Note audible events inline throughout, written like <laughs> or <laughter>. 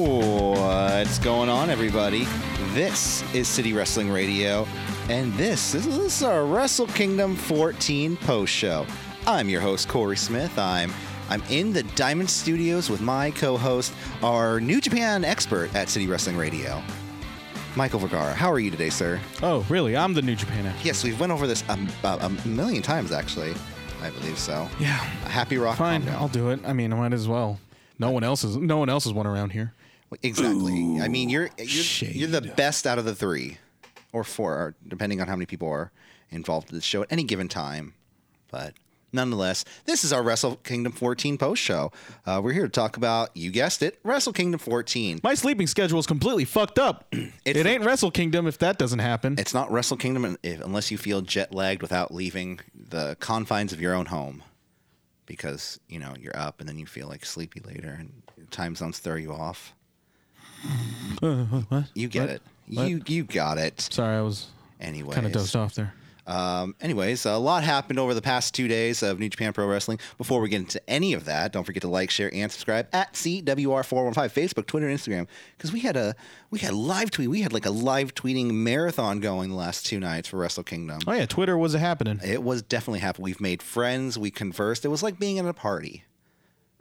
What's going on, everybody? This is City Wrestling Radio, and this is, this is our Wrestle Kingdom 14 post show. I'm your host Corey Smith. I'm I'm in the Diamond Studios with my co-host, our New Japan expert at City Wrestling Radio, Michael Vergara. How are you today, sir? Oh, really? I'm the New Japan actor. Yes, we've went over this a, a, a million times, actually. I believe so. Yeah. Happy Rock. Fine, Combo. I'll do it. I mean, I might as well. No one else is. No one else is one around here. Exactly. I mean, you're you're, you're the shade. best out of the three, or four, or depending on how many people are involved in the show at any given time. But nonetheless, this is our Wrestle Kingdom 14 post show. Uh, we're here to talk about, you guessed it, Wrestle Kingdom 14. My sleeping schedule is completely fucked <clears throat> up. it ain't Wrestle Kingdom if that doesn't happen. It's not Wrestle Kingdom un- if, unless you feel jet lagged without leaving the confines of your own home, because you know you're up and then you feel like sleepy later, and time zones throw you off. You get What? it. What? You you got it. Sorry, I was Anyways, kind of dozed off there. Um, anyways, a lot happened over the past two days of New Japan Pro Wrestling. Before we get into any of that, don't forget to like, share, and subscribe at CWR415 Facebook, Twitter, and Instagram. Because we had a we had live tweet, we had like a live tweeting marathon going the last two nights for Wrestle Kingdom. Oh yeah, Twitter was a happening. It was definitely happy. We've made friends, we conversed. It was like being at a party,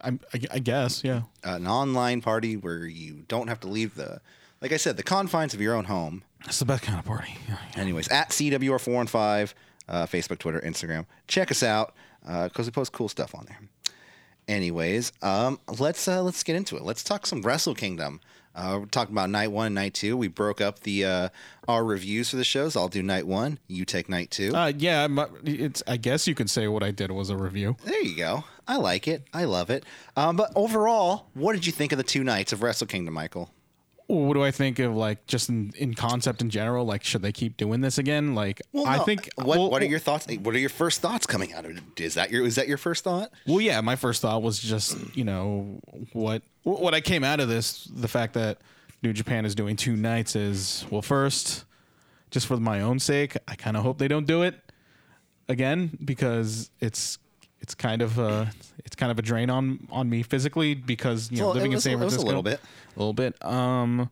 I, I, I guess. Yeah. an online party where you don't have to leave the, like I said, the confines of your own home. That's the best kind of party. Yeah. Anyways, at CWR415, uh, Facebook, Twitter, Instagram. Check us out because we post cool stuff on there. Anyways, um, let's uh, let's get into it. Let's talk some Wrestle Kingdom. Uh, we're talking about night one and night two. We broke up the uh, our reviews for the shows. I'll do night one. You take night two. Uh, yeah. I'm, uh, it's. I guess you could say what I did was a review. there you go. I like it. I love it. Um, but overall, what did you think of the two nights of Wrestle Kingdom, Michael? What do I think of like just in, in concept in general? Like, should they keep doing this again? Like, I no, think. What, well- what are your thoughts? What are your first thoughts coming out of it? Is that your is that your first thought? Well, yeah, my first thought was just you know what what I came out of this the fact that New Japan is doing two nights is well first just for my own sake I kind of hope they don't do it again because it's it's kind of a it's kind of a drain on on me physically because you know Well, it living was- in San it was a Francisco little bit. a little bit um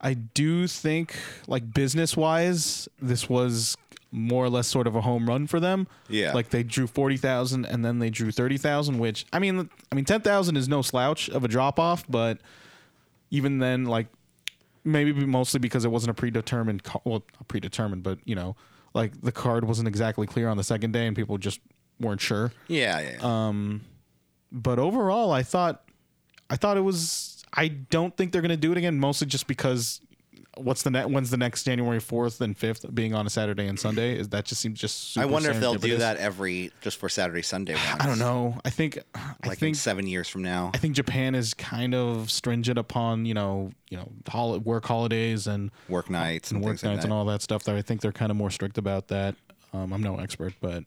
I do think like business wise this was more or less sort of a home run for them Yeah. like they drew 40,000 and then they drew 30,000 which I mean I mean 10,000 is no slouch of a drop off but even then like maybe be- mostly because it wasn't a predetermined ca- well not predetermined but you know like the card wasn't exactly clear on the second day and people just weren't sure Yeah, yeah. yeah. but overall I thought I thought it was I don't think they're going to do it again mostly just because what's the net when's the next January 4th and 5th being on a Saturday and Sunday is that just seems just super I wonder if they'll do serendipitous. that every just for Saturday Sunday. Ones. I don't know. I think I Like in think seven years from now. I think Japan is kind of stringent upon you know you know hol- work holidays and Work nights and, and work things like nights that. and all that stuff. That I think they're kind of more strict about that. Um, I'm no expert, but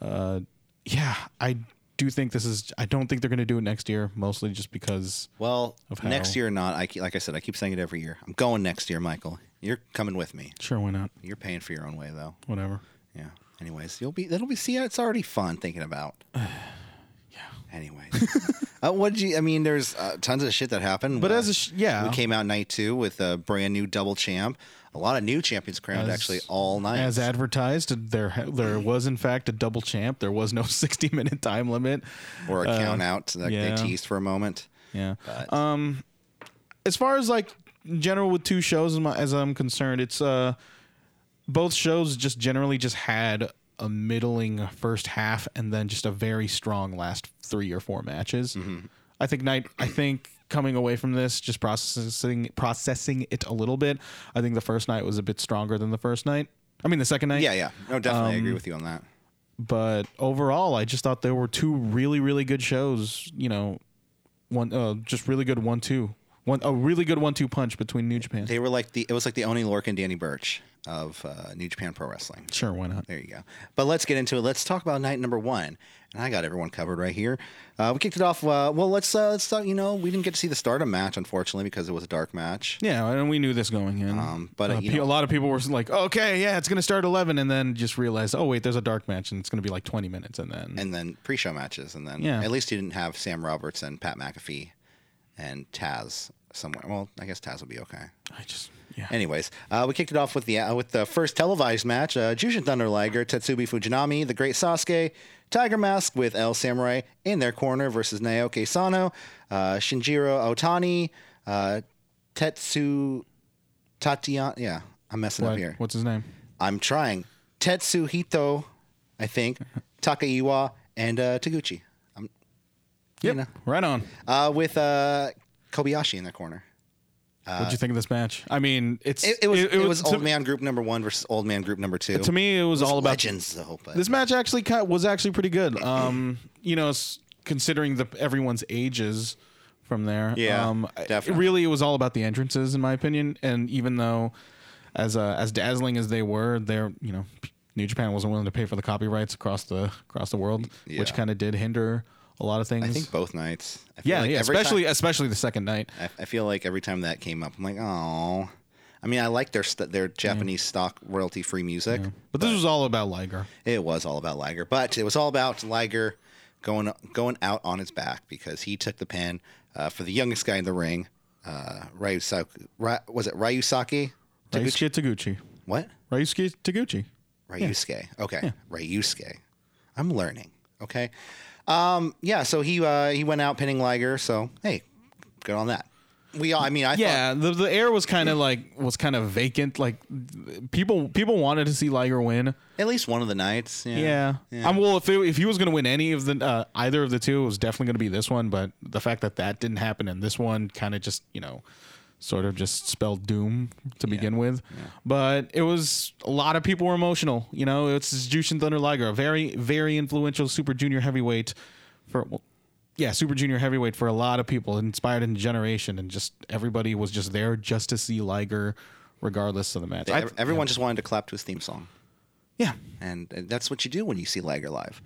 uh, yeah, I do think this is. I don't think they're going to do it next year, mostly just because. Well, Of how- next year or not, I ke- like I said, I keep saying it every year. I'm going next year, Michael. You're coming with me. Sure, why not? You're paying for your own way though. Whatever. Yeah. Anyways, you'll be that'll be see it's already fun thinking <sighs> about. yeah. Anyways. uh, what did you I mean there's uh, tons of shit that happened. But Uh, as a sh- yeah, we came out night 2 with a brand new double champ. A lot of new champions crowned As- actually all night. as advertised, there there was in fact a double champ. There was no <laughs> 60 minute time limit. or a count out that uh, yeah. they teased for a moment. Yeah. But- um, as far as like in general with two shows, as my- as I'm concerned, it's uh, both shows just generally just had a middling first half and then just a very strong last three or four matches. I think night. I think coming away from this, just processing processing it a little bit. I think the first night was a bit stronger than the first night. I mean, the second night Yeah, yeah. No, definitely I agree with you on that. but overall i just thought there were two really really good shows you know one uh, just really good one two one a really good one two punch between new japan They were like the it was like the Oni Lorcan Danny Birch of uh, New Japan Pro Wrestling. sure why not There you go. But let's get into it. Let's talk about night number one, and I got everyone covered right here. Uh, we kicked it off. Uh, well, let's uh, let's talk. You know, we didn't get to see the Stardom match unfortunately because it was a dark match. yeah and we knew this going in Um, but, uh, Uh, you pe- know- a lot of people were like okay yeah it's gonna start 11 and then just realized oh wait there's a dark match and it's gonna be like 20 minutes and then and then pre-show matches, and then Yeah. at least you didn't have Sam Roberts and Pat McAfee and Taz somewhere. Well, I guess Taz will be okay. I just yeah. Anyways, uh, we kicked it off with the uh, with the first televised match: uh, Jushin Thunder Liger, Tetsubi Fujinami, the Great Sasuke, Tiger Mask with El Samurai in their corner versus Naoki Sano, uh, Shinjiro Otani, uh, Tetsu Tatian. Yeah, I'm messing What- up here. What's his name? I'm trying. Tetsuhito, I think, Takaiwa, and uh, Taguchi. I'm, you Yep. know. Right on. uh, with uh, Kobayashi in their corner. What'd you think of this match? I mean, it's Uh, It, it was it, was, to, old man group number one versus old man group number two. to me it was, all about legends though, but this match actually ki- was actually pretty good. Um, you know, s- considering the everyone's ages from there. Yeah, um, I- definitely. Really, it was all about the entrances, in my opinion. And even though, as uh, as dazzling as they were, they're you know, New Japan wasn't willing to pay for the copyrights across the across the world, which Yeah. kind of did hinder a lot of things. I think both nights. I feel yeah, like yeah, every especially time- especially the second night. I, I feel like every time that came up, I'm like, oh. I mean, I like their st- their Japanese stock royalty free music. But this was all about Liger. It was all about Liger, but it was all about Liger going going out on his back because he took the pin uh, for the youngest guy in the ring. Uh, Ryusaki, Ra- was it Ryusaki? Ryusuke Taguchi. What? Ryusuke Taguchi. Ryusuke. Okay. Ryusuke. I'm learning. Okay. Um, yeah, so he uh, he went out pinning Liger, so hey, good on that. We all I mean I Yeah, the, the air was kind of like was kind of vacant. Like people people wanted to see Liger win. thought at least one of the nights. Yeah. Yeah, Yeah. I'm well. If it, if he was going to win any of the uh, either of the two, it was definitely going to be this one. But the fact that that didn't happen and this one kind of just you know sort of just spelled doom to begin with. But it was a lot of people were emotional. You know, it's Jushin Thunder Liger, a very very influential Super Junior heavyweight for. Well, yeah, Super Junior heavyweight for a lot of people, inspired in generation, and just everybody was just there just to see Liger, regardless of the match. I- E, Ev- Everyone just wanted to clap to his theme song. yeah, And and that's what you do when you see Liger live.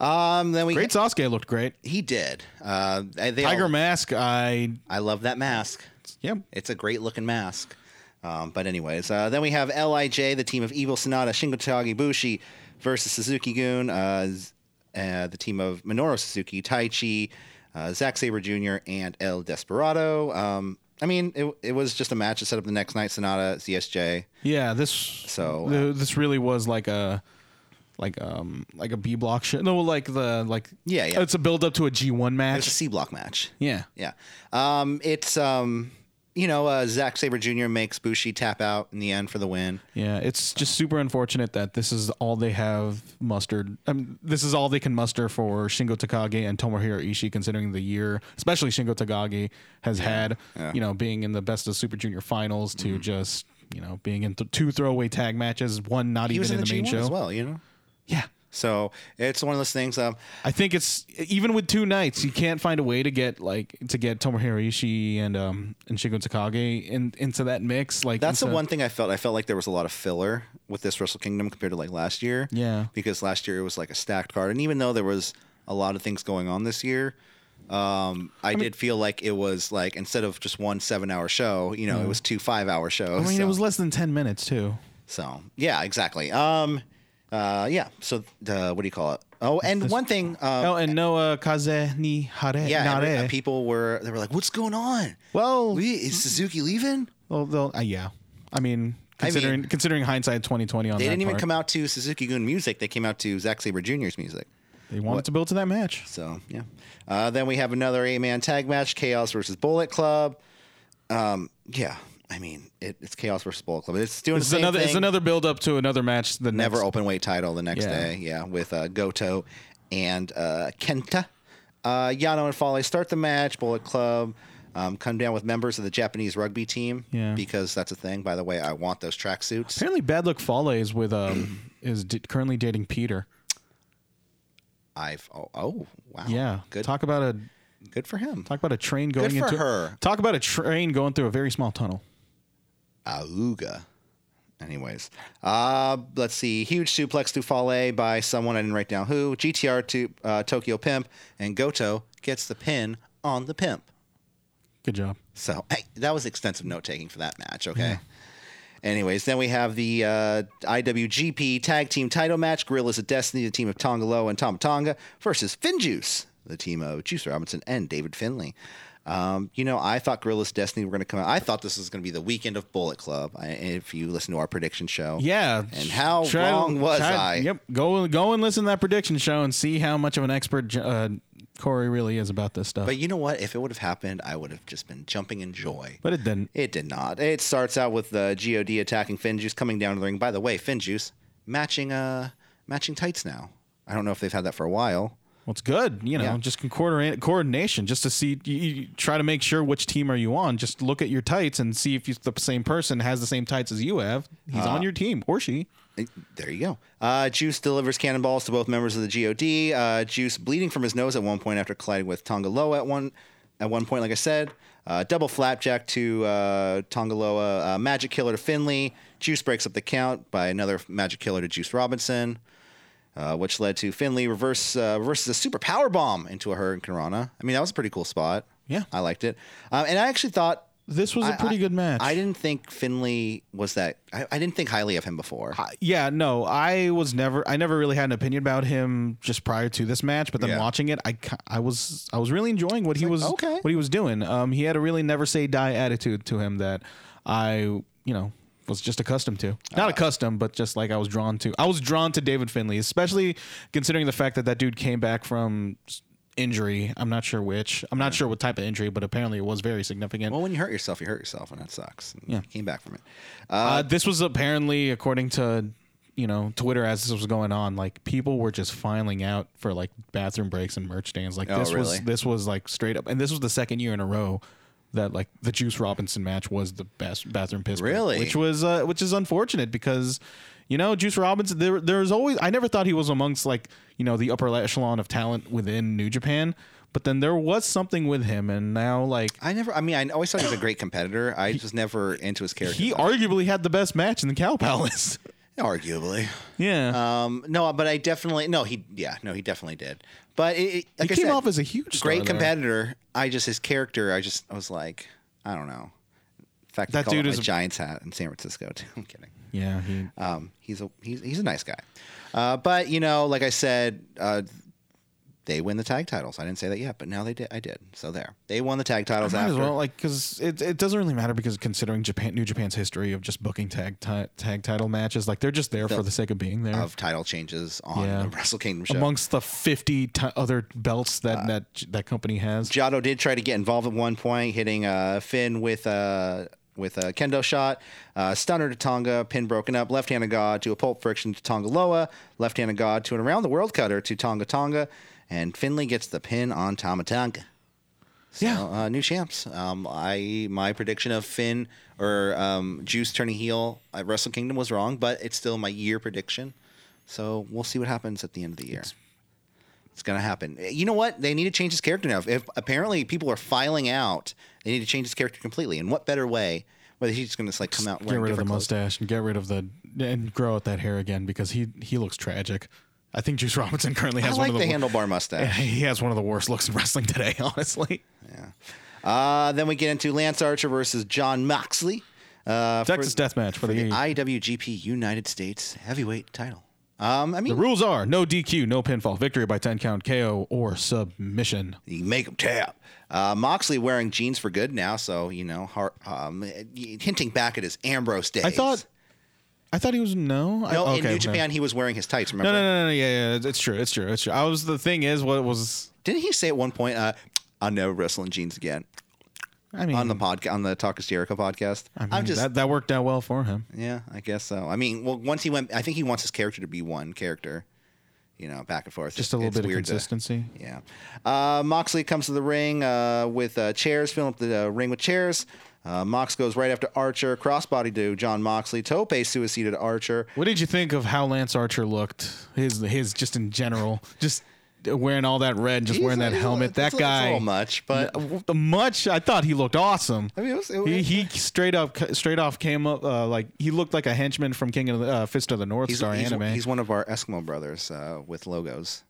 Um, then we great Sasuke looked great. he did. Uh, they all- Tiger Mask, I I love that mask. yeah, It's a great looking mask. Um, but anyways, uh, then we have Lij, the team of Evil Sonata, Shingo Tagibushi versus Suzuki Goon, uh, Z- uh, the team of Minoru Suzuki, Taichi, uh, Zack Saber Jr., and El Desperado. Um, I mean, it, it was just a match to set up the next night. Sonata, CSJ. yeah. This So, uh, th- this really was like a like um like a B block shit. No, like the like Yeah, yeah. It's a build up to a G one It's a match. C block match. yeah, Yeah. Um, it's um, you know, uh, Zack Saber Jr. makes Bushi tap out in the end for the win. yeah. It's just super unfortunate that this is all they have mustered. I mean, this is all they can muster for Shingo Takagi and Tomohiro Ishii, considering the year, especially Shingo Takagi has had. yeah. Mm-hmm. You know, being in the best of Super Junior finals to just you know being in th- two throwaway tag matches, one not He even was in the, main G1 show. as well, you know. Yeah. So it's one of those things. Um, I think it's even with two nights, you can't find a way to get like to get Tomohiro Ishii and um and Shingo Takagi in, into that mix. Like That's the into- one thing I felt. I felt like there was a lot of filler with this Wrestle Kingdom compared to like last year. Yeah. Because last year it was like a stacked card, and even though there was a lot of things going on this year, um, I, did feel like it was like instead of just one seven-hour show, you know, it was two five-hour shows. I mean, so. it was less than ten minutes too. So yeah, exactly. Um, uh, yeah. So uh, what do you call it? Oh, and one thing. Um, Oh, and Noah Kaze ni Hare yeah, Nare. every- uh, people were they were like, "What's going on? well, We, is Suzuki leaving?" well, they'll- uh, yeah. I mean, considering considering hindsight twenty twenty on They that didn't even part, come out to Suzuki Gun music. They came out to Zack Saber Jr.'s music. they wanted to build to that match. So yeah. Uh, then we have another eight-man tag match: Chaos versus Bullet Club. Um, yeah. I mean, it, it's Chaos versus Bullet Club. It's doing It's the same another thing. it's another build up to another match. The never next, open weight title the next Yeah. day. Yeah, with uh, Goto and uh, Kenta. Uh, Yano and Foley start the match. Bullet Club um, come down with members of the Japanese rugby team Yeah. because that's a thing. By the way, I want those tracksuits. apparently Bad Luck Fale is <clears throat> with um is d- currently dating Peter. I've oh, oh wow Yeah, good talk about a good for him. Talk about a train going for into her. Talk about a train going through a very small tunnel. Auga. Anyways, uh, let's see. Huge suplex to Fale by someone I didn't write down who. GTR to uh, Tokyo Pimp and Goto gets the pin on the pimp. Good job. So hey, that was extensive note taking for that match. Okay. Anyways, then we have the uh, IWGP Tag Team Title Match: Gorillas of Destiny, the team of Tonga Loa and Tama Tonga, versus Finjuice, the team of Juice Robinson and David Finley. Um, you know, I thought Gorilla's Destiny were going to come out. I thought this was going to be the weekend of Bullet Club. I, if you listen to our prediction show, Yeah. And how Try- wrong was try- I? Yep. Go go and listen to that prediction show and see how much of an expert uh, Corey really is about this stuff. But you know what? If it would have happened, I would have just been jumping in joy. but it didn't. It did not. It starts out with uh, God attacking Finjuice, coming down to the ring. By the way, Finjuice matching uh matching tights now. I don't know if they've had that for a while. Well, it's good, you know, Yeah. just con- coordinate, coordination, just to see, you, you try to make sure which team are you on. Just look at your tights and see if you, the same person has the same tights as you have. He's Uh-huh. on your team or she. It- There you go. Uh, Juice delivers cannonballs to both members of the God. Uh, Juice bleeding from his nose at one point after colliding with Tongaloa at one at one point. Like I said, uh, double flapjack to uh, Tongaloa, uh, magic killer to Finley. Juice breaks up the count by another magic killer to Juice Robinson. uh, which led to Finley reverse uh, reverses a super power bomb into a Hurricane Rana. I mean, that was a pretty cool spot. Yeah. I liked it, um, and I actually thought This was a I- pretty I- good match. I didn't think Finley was that. I, I didn't think highly of him before. yeah, no, I was never, I never really had an opinion about him just prior to this match, but then Yeah. watching it, I, ki- I was, I was really enjoying what he was, okay. what he was doing. Um, he had a really never say die attitude to him that I, you know, was just accustomed to. Uh, Not accustomed, but just like I was drawn to. I was drawn to David Finley, especially considering the fact that that dude came back from s- injury. I'm not sure which. I'm not sure what type of injury, but apparently it was very significant. Well, when you hurt yourself, you hurt yourself, and that sucks. And Yeah. he came back from it. Uh, this was apparently, according to you know Twitter, as this was going on, like people were just filing out for like bathroom breaks and merch stands. Like Oh, this was really? this was like straight up, and this was the second year in a row that like the Juice Robinson match was the best bathroom piss. break, Really? which was uh, which is unfortunate because. You know, Juice Robinson. There, there's always. I never thought he was amongst like you know the upper echelon of talent within New Japan, but then there was something with him, and now like I never. I mean, I always thought he was a great competitor. I was never into his character. he arguably had the best match in the Cow Palace. <laughs> arguably. yeah, Um, no, but I definitely no. He yeah, no, he definitely did. But it, it, like he I came said, off as a huge star great there. competitor. I just his character. I just I was like, I don't know. In fact, That that dude dude it is a a- Giants hat in San Francisco. <laughs> Too. I'm kidding. Yeah, he, Um, he's a he's, he's a nice guy. Uh, but you know, like I said, uh, they win the tag titles. I didn't say that yet, but now they did. I did. So there, they won the tag titles might after. as well like because it, it doesn't really matter because considering Japan, New Japan's history of just booking tag ti- tag title matches, like they're just there for the sake of being there. of title changes on Yeah. the Wrestle Kingdom show. Uh, Amongst the fifty ti other belts that that that company has, Giotto did try to get involved at one point, hitting uh, Finn with a with a kendo shot, uh, stunner to Tonga, pin broken up, left hand of God to a pulp friction to Tonga Loa, left hand of God to an around the world cutter to Tonga Tonga, and Finley gets the pin on Tama Tonga. So, Yeah. uh, new champs. Um, I my prediction of Finn or um, Juice turning heel at Wrestle Kingdom was wrong, but it's still my year prediction. So we'll see what happens at the end of the year. It's gonna happen. Eh, You know what? They need to change his character now. If apparently people are filing out, they need to change his character completely. And what better way? Whether he's just gonna just, like come out get wearing rid of the different clothes. mustache and get rid of the and grow out that hair again because he he looks tragic. I think Juice Robinson currently I has like one the of the, handlebar <laughs> mustache. he has one of the worst looks in wrestling today. <laughs> Honestly, Uh, then we get into Lance Archer versus John Moxley. Uh, for Texas Death Match for, the, the IWGP United States Heavyweight Title. Um, I The mean, rules are no DQ, no pinfall, victory by 10 count, KO, or submission. you make him tap. Uh, Moxley wearing jeans for good now, so you know, har- um, hinting back at his Ambrose days. I thought, I thought he was no. I, no, in okay, New no. Japan he was wearing his tights. Remember? No, no, no, no, yeah, yeah, it's true, it's true, it's true. I was the thing is what was Didn't he say at one point, uh, "I'll never wrestle in jeans again" I mean, on the podcast on the Talk is Jericho podcast? I Mm. I am mean, just, that, that worked out well for him. yeah, I guess so. I mean, well, once he went, I think he wants his character to be one character, you know, back and forth. Just a little It's bit of weird to- consistency. yeah, uh, Moxley comes to the ring uh, with uh, chairs, filling up the uh, ring with chairs. Uh, Mox goes right after Archer, crossbody to John Moxley, tope suicide to Archer. What did you think of how Lance Archer looked? His his just in general, just wearing all that red, and just He's wearing a- that he's a- helmet. it's a- that it's a guy, little much, but the much I thought he looked awesome. I mean, it was- it he was- he straight up straight off came up uh, like he looked like a henchman from King of the uh, Fist of the North he's, Star he's, anime. he's one of our Eskimo brothers uh, with logos.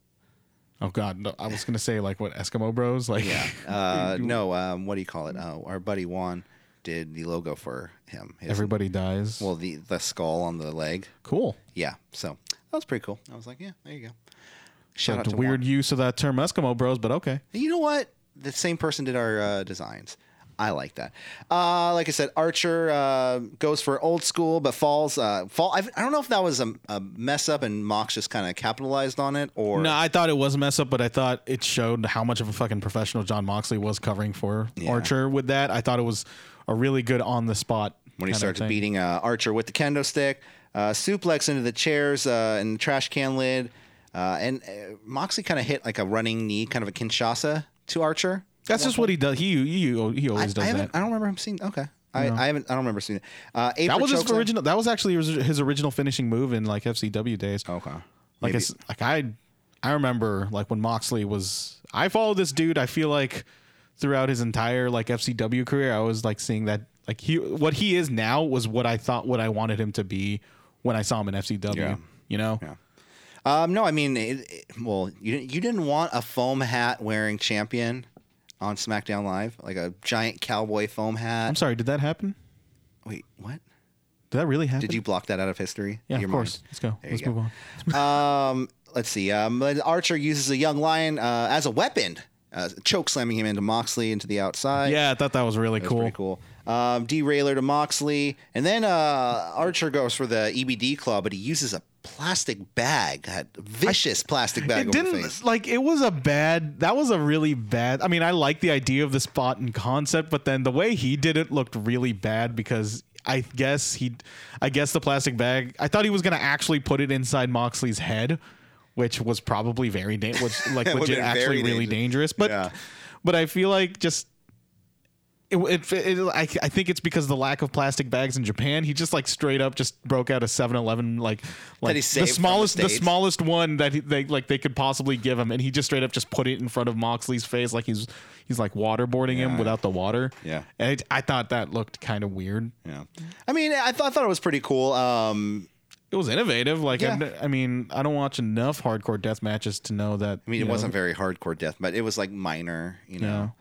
oh God, no, I was gonna say like what Eskimo Bros like. <laughs> Yeah. Uh, no, um, what do you call it? Uh, our buddy Juan did the logo for him. His, Everybody dies. well, the, the skull on the leg. cool. Yeah. So that was pretty cool. I was like, yeah, there you go. Shout out That's to a weird Juan. use of that term Eskimo Bros, but okay. You know what? the same person did our uh, designs. I like that. Uh, like I said, Archer uh, goes for old school, but falls. Uh, fall. I've, I don't know if that was a, a mess up and Mox just kind of capitalized on it, or No, I thought it was a mess up, but I thought it showed how much of a fucking professional John Moxley was covering for Yeah. Archer with that. I thought it was a really good on the spot when he kind of starts thing. beating uh, Archer with the kendo stick, uh, suplex into the chairs uh, and trash can lid, uh, and uh, Moxley kind of hit like a running knee, kind of a Kinshasa to Archer. That's just what he does. He he, he I, always I does haven't. that. I don't remember him seeing. Okay, I, I haven't. I don't remember seeing it. Uh, That apron was his chokeslam. original. That was actually his, his original finishing move in like FCW days. Okay, like Maybe- it's like I I remember like when Moxley was I followed this dude. I feel like throughout his entire like FCW career, I was like seeing that like he what he is now was what I thought what I wanted him to be when I saw him in FCW. Yeah. You know, Yeah. Um, no, I mean, it, it- well, you didn't, you didn't want a foam hat wearing champion on SmackDown Live, like a giant cowboy foam hat. I'm sorry. Did that happen? Wait, what? Did that really happen? Did you block that out of history? Yeah, Your of course. mind. Let's go. There you Let's go. move on. Um, let's see. Um, Archer uses a young lion uh, as a weapon, uh, choke slamming him into Moxley into the outside. Yeah, I thought that was really That's cool. pretty cool. Um, derailer to Moxley, and then uh, Archer goes for the EBD claw, but he uses a plastic bag, a vicious plastic bag. It over the didn't face. like it was a bad. That was a really bad. I mean, I like the idea of the spot and concept, but then the way he did it looked really bad because I guess he, I guess the plastic bag. I thought he was gonna actually put it inside Moxley's head, which was probably very da- was <laughs> like would've legit been actually very really dangerous. dangerous. But, Yeah. but I feel like just. It, it, it, I, I think it's because of the lack of plastic bags in Japan. He just like straight up just broke out a 7-Eleven like like he the saved from the smallest the States. small smallest one that he, they like they could possibly give him, and he just straight up just put it in front of Moxley's face, like he's he's like waterboarding him without the water. Yeah. and it, I thought that looked kind of weird. Yeah. Mm-hmm. I mean, I, th- I thought it was pretty cool. Um, It was innovative. Like I'm- Yeah. I mean, I don't watch enough hardcore death matches to know that. I mean, it wasn't very hardcore death, but it was like minor, you know.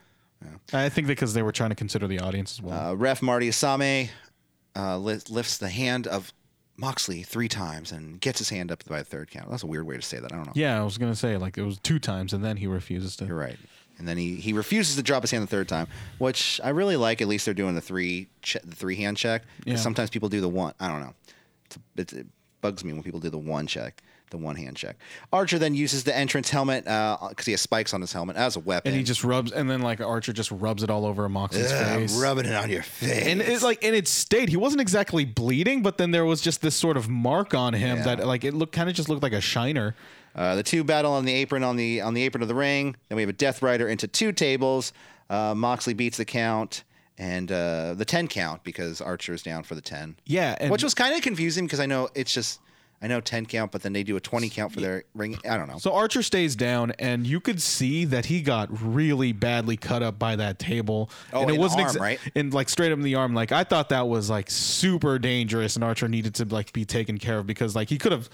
I think because they were trying to consider the audience as well. Uh, ref Marty Asame uh, li- lifts the hand of Moxley three times and gets his hand up by the third count. That's a weird way to say that. I don't know. yeah, I was gonna say like it was two times, and then he refuses to. You're right. And then he, he refuses to drop his hand the third time, which I really like. At least they're doing the three che- the three hand check. 'Cause Yeah. Sometimes people do the one. I don't know. It's, it's, it bugs me when people do the one check, the one hand check. Archer then uses the entrance helmet because he has spikes on his helmet as a weapon. And he just rubs, and then like Archer just rubs it all over Moxley's Ugh, face. rubbing it on your face. and it's like in its state he wasn't exactly bleeding but then there was just this sort of mark on him Yeah. that like it looked kind of just looked like a shiner Uh, the two battle on the apron on the on the apron of the ring. Then we have a Death Rider into two tables. Uh, Moxley beats the count and uh, the ten count because Archer is down for the ten. yeah and which was kind of confusing because I know it's just I know ten count, but then they do a twenty count for their ring. I don't know. so archer stays down and you could see that he got really badly cut up by that table Oh, and it in the wasn't arm, right? and like straight up in the arm like i thought that was like super dangerous and archer needed to like be taken care of because like he could have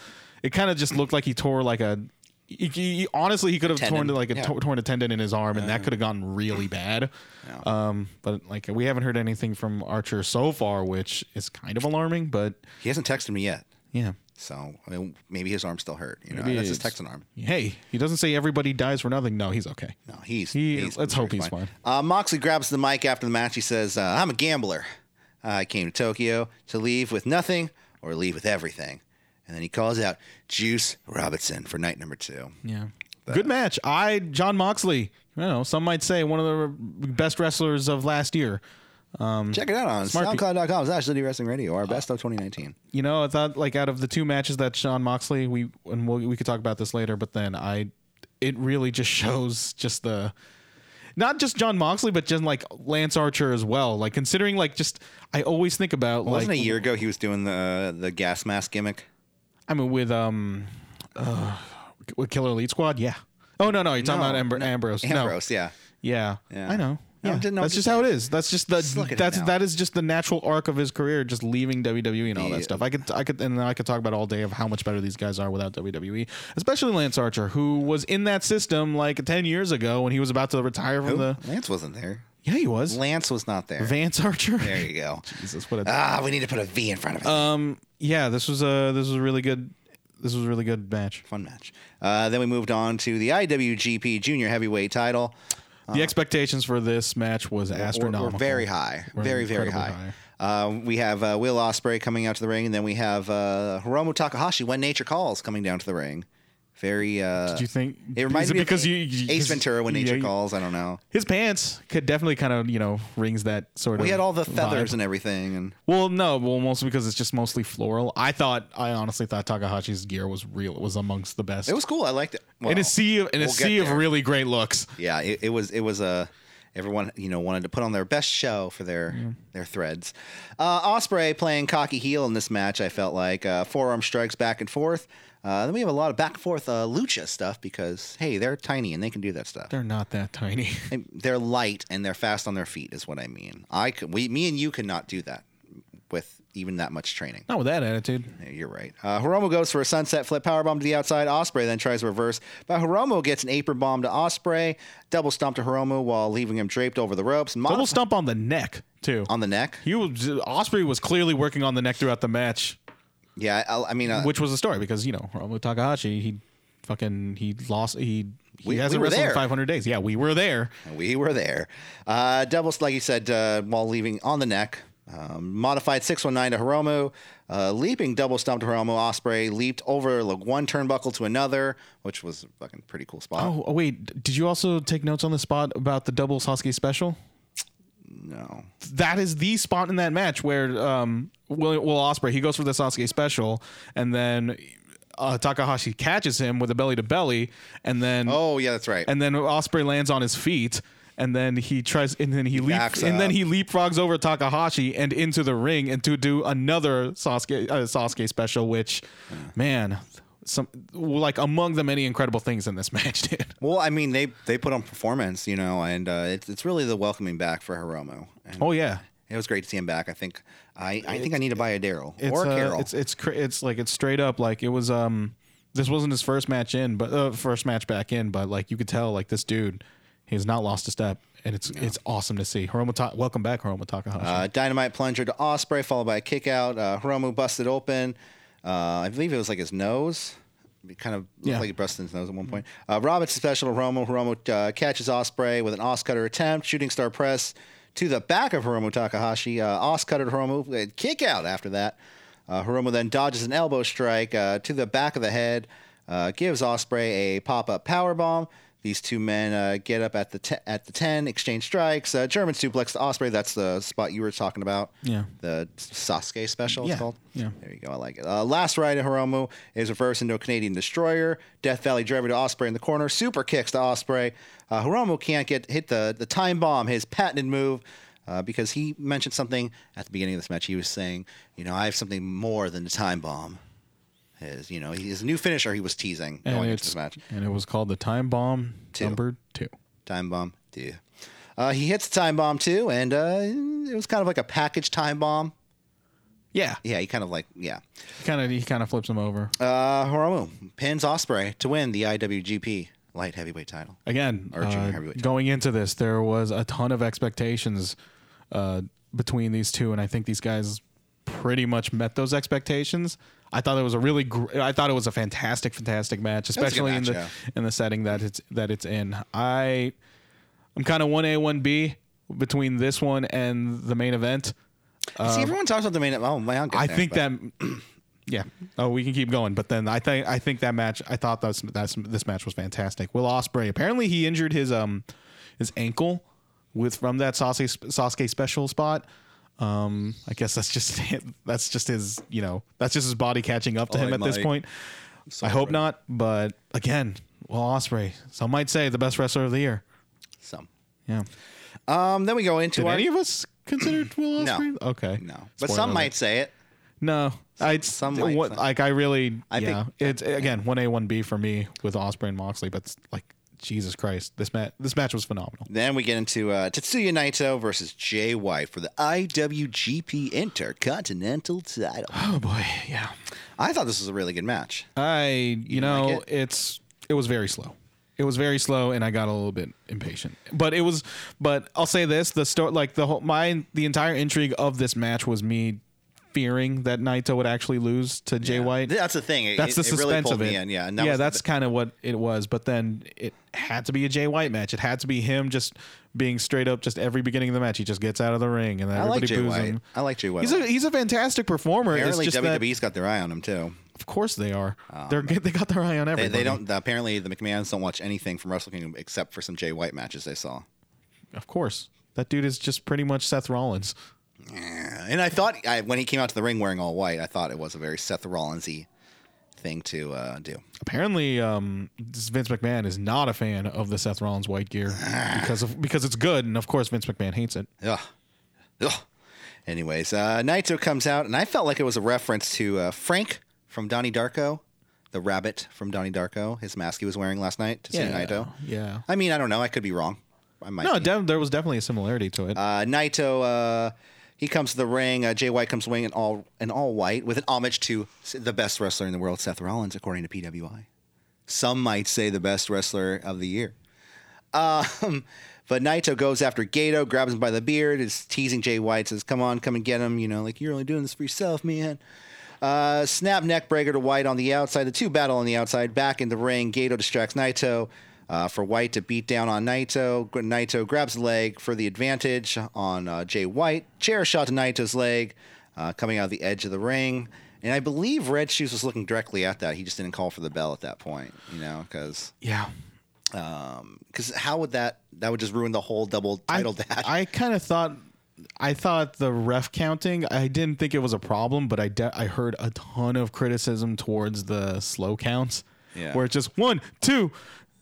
it kind of just looked like he tore like a he, he- honestly, he could have torn tendon, to like a yeah. to- torn a tendon in his arm, and that could have gone really bad. <clears throat> Um, but like we haven't heard anything from Archer so far, which is kind of alarming. But He hasn't texted me yet, yeah, so I mean, maybe his arm's still hurt. You know, Maybe that's his it's- texting arm. hey, he doesn't say everybody dies for nothing. No, he's okay. No, he's, He- he's let's hope he's fine. Uh, Moxley grabs the mic after the match. He says, uh, "I'm a gambler. I came to Tokyo to leave with nothing or leave with everything." And then he calls out Juice Robinson for night number two. Yeah, good match. I John Moxley. You know, some might say one of the best wrestlers of last year. Check it out on Um, Smart pe- Uh, SoundCloud.com slash City Wrestling Radio, our best of 2019. You know, I thought like out of the two matches that John Moxley, we and we'll, we could talk about this later, but then I, it really just <laughs> shows just the. Not just John Moxley, but just like Lance Archer as well. Like considering, like just I always think about like Wasn't it a year ago he was doing the the gas mask gimmick? I mean, with um, uh, with Killer Elite Squad, yeah. Oh no, no, you're talking No, about Ambr- no, Ambrose. Ambrose, yeah. No, yeah. Yeah. I know. No, Yeah. I'm just- no, I'm that's just just how it is. That's just the Just look at it that's now. that is just the natural arc of his career, just leaving WWE and all that stuff. I could I could and I could talk about all day of how much better these guys are without WWE, especially Lance Archer, who was in that system like ten years ago when he was about to retire from the. Lance wasn't there. Yeah, he was Lance was not there. Vance Archer. There you go. <laughs> Jesus, what a Ah, we need to put a V in front of it. um yeah. This was a this was a really good this was a really good match. Fun match. Uh, then we moved on to the IWGP Junior Heavyweight title. the expectations for this match was We're- we're astronomical. very high, We're very very incredibly high. Uh, we have uh, Will Osprey coming out to the ring, and then we have uh, Hiromu Takahashi when nature calls coming down to the ring. Very. Uh, Do you think it reminds is me of because you, Ace Ventura when nature yeah, calls. I don't know. His pants could definitely kind of you know rings that sort of. We had all the vibe. feathers and everything, and Well, no, well, mostly because it's just mostly floral. I thought, I honestly thought Takahashi's gear was real. It was amongst the best. it was cool. I liked it. Well, in a sea of in a we'll get sea of there. really great looks. yeah, it, it was. It was a. Everyone, you know, wanted to put on their best show for their their threads. Uh, Osprey playing cocky heel in this match. I felt like uh, forearm strikes back and forth. Uh, then we have a lot of back and forth uh, lucha stuff because hey, they're tiny and they can do that stuff. They're not that tiny. <laughs> And they're light and they're fast on their feet is what I mean. I could, we, me and you could not do that with even that much training. Not with that attitude. Yeah, You're right. Uh, Hiromu goes for a sunset flip powerbomb to the outside. Osprey then tries a reverse, but Hiromu gets an apron bomb to Osprey, double stomp to Hiromu while leaving him draped over the ropes. Modifi- Double stump on the neck too. on the neck. He was Osprey was clearly working on the neck throughout the match, Yeah, I, I mean, uh, which was a story because you know Hiromu Takahashi he fucking he lost he. He We- we hasn't were wrestled there. in 500 days. Yeah, we were there. we were there. Uh, double, like you said, uh, while leaving on the neck. Um, modified 619 to Hiromu, uh, leaping double stomp to Hiromu. Osprey leaped over like one turnbuckle to another, which was a fucking pretty cool spot. Oh, oh, wait. Did you also take notes on the spot about the double Sasuke special? No. that is the spot in that match where um, Will, Will Osprey he goes for the Sasuke special, and then uh, Takahashi catches him with a belly to belly, and then Oh yeah, that's right. and then Osprey lands on his feet, and then he tries, and then he, leap, backs and then up. he leapfrogs over Takahashi and into the ring, and to do another Sasuke uh, Sasuke special, which man, some like among the many incredible things in this <laughs> match, dude. well, I mean they they put on performance, you know, and uh, it's it's really the welcoming back for Hiromu. And Oh yeah, it was great to see him back. I think I, I think I need to buy a Daryl it's, or a uh, Carol. It's it's cra- it's like it's straight up like it was um this wasn't his first match in but uh, first match back in but like you could tell like this dude he has not lost a step and it's it's awesome to see. Hiromu Ta- welcome back Hiromu Takahashi. Uh, dynamite plunger to Osprey, followed by a kick out. Uh, Hiromu busted open. Uh, I believe it was like his nose. It kind of looked Yeah. like he busted his nose at one point. Uh, Roberts special to Hiromu. Hiromu uh, catches Osprey with an os cutter attempt, shooting star press to the back of Hiromu Takahashi. Uh, os cutter to Hiromu, uh, kick out after that. Uh, Hiromu then dodges an elbow strike uh, to the back of the head, uh, gives Osprey a pop up power bomb. These two men uh, get up at the te- at the ten, exchange strikes. Uh, German suplex to Osprey. That's the spot you were talking about. Yeah. The Sasuke special. Yeah, It's called. yeah. There you go. I like it. Uh, last ride to Hiromu is reversed into a Canadian destroyer. Death Valley driver to Osprey in the corner. Super kicks to Osprey. Uh, Hiromu can't get hit the the time bomb. His patented move. Uh, because he mentioned something at the beginning of this match, he was saying, "You know, I have something more than the time bomb." His, you know, his new finisher, he was teasing and going into it's this match. and it was called the Time Bomb number 2. Time bomb. Yeah. Uh, he hits time bomb too, and uh, it was kind of like a package time bomb. Yeah. Yeah, he kind of like yeah. Kind of he kind of flips him over. Uh, Hiromu pins Osprey to win the IWGP light heavyweight title. Again, Or junior uh, heavyweight. going into this, there was a ton of expectations uh, between these two, and I think these guys pretty much met those expectations. I thought it was a really, gr- I thought it was a fantastic, fantastic match, good especially in match, the yeah. in the setting that it's that it's in. I, I'm kind of one A, one B between this one and the main event. See, everyone talks about the main. Oh my God, Uh, I think that. <clears throat> Yeah. Oh, we can keep going, but then I think I think that match. I thought that's that's this match was fantastic. Will Osprey apparently he injured his um his ankle with from that Sasuke Sasuke special spot. Um, I guess that's just <laughs> that's just his you know that's just his body catching up to Oh, him I at this might- point. I hope not, but again, Will Osprey. Some might say the best wrestler of the year. some. Yeah. Um, then we go into Did our, any of us consider <clears throat> Will No. Osprey? Okay. no, but Spoiler some alert. might say it. No, I Some some might what, think- like I really. I I yeah, think- it's again one A one B for me with Osprey and Moxley, but it's like Jesus Christ, this match this match was phenomenal. Then we get into uh, Tetsuya Naito versus Jay White for the IWGP Intercontinental title. <gasps> Oh boy, yeah. I thought this was a really good match. I you, didn't know like it's it was very slow. It was very slow, and I got a little bit impatient. But it was, but I'll say this: the story, like the whole my the entire intrigue of this match was me fearing that Naito would actually lose to Jay Yeah. White. That's the thing. It, That's it, the it really suspense pulled of it. me in. Yeah, and that yeah, was the that's kind of what it was. But then it had to be a Jay White match. It had to be him just being straight up. Just every beginning of the match, he just gets out of the ring, and then I everybody like Jay boos White. him. I like Jay White. He's a a lot. he's a fantastic performer. apparently it's just that- WWE's got their eye on him too. of course they are. They're good. they got their eye on Oh, They, everybody. they don't. Apparently, the McMahon's don't watch anything from Wrestle Kingdom except for some Jay White matches they saw. Of course, that dude is just pretty much Seth Rollins. And I thought I, when he came out to the ring wearing all white, I thought it was a very Seth Rollinsy thing to uh, do. Apparently, um, this Vince McMahon is not a fan of the Seth Rollins white <sighs> gear because of because it's good, and of course Vince McMahon hates it. Ugh. Ugh. Anyways, uh, Naito comes out, and I felt like it was a reference to uh, Frank from Donnie Darko, the rabbit from Donnie Darko, his mask he was wearing last night to see Naito. yeah. I mean, I don't know. I could be wrong. I might. No, be. de- there was definitely a similarity to it. Uh, Naito, uh, he comes to the ring. Uh, Jay White comes to the ring in all in all white with an homage to s- the best wrestler in the world, Seth Rollins, according to PWI. Some might say the best wrestler of the year. Um, <laughs> but Naito goes after Gato, grabs him by the beard, is teasing Jay White, says, "Come on, come and get him." You know, like you're only doing this for yourself, man. Uh, snap neck breaker to White on the outside. The two battle on the outside. Back in the ring. Gato distracts Naito uh, for White to beat down on Naito. G- Naito grabs the leg for the advantage on uh, Jay White. Chair shot to Naito's leg uh, coming out of the edge of the ring. And I believe Red Shoes was looking directly at that. He just didn't call for the bell at that point, you know, because yeah, how would that that would just ruin the whole double title dash. I kind of thought I thought the ref counting. I didn't think it was a problem, but I de- I heard a ton of criticism towards the slow counts, Yeah. where it's just one, two,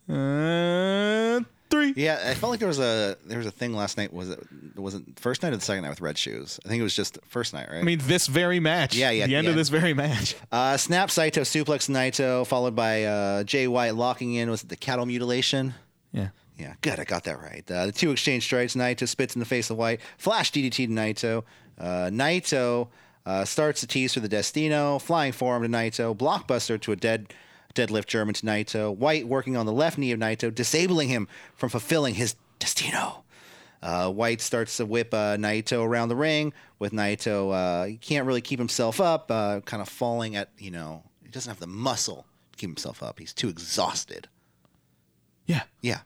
uh, three. Yeah, I felt like there was a there was a thing last night. Was it was it first night or the second night with Red Shoes? I think it was just first night, right? I mean, this very match. Yeah, yeah, The the end of end. this <laughs> very match. Uh, snap Saito suplex Naito, followed by uh, Jay White locking in. Was it the cattle mutilation? Yeah. Yeah, good. I got that right. Uh, the two exchange strikes. Naito spits in the face of White. Flash DDT to Naito. Uh, Naito uh, starts the tease for the Destino. Flying forearm to Naito. Blockbuster to a dead deadlift German to Naito. White working on the left knee of Naito, disabling him from fulfilling his Destino. Uh, White starts to whip uh, Naito around the ring. With Naito, uh, he can't really keep himself up, uh, kind of falling at, you know, he doesn't have the muscle to keep himself up. He's too exhausted. Yeah. Yeah.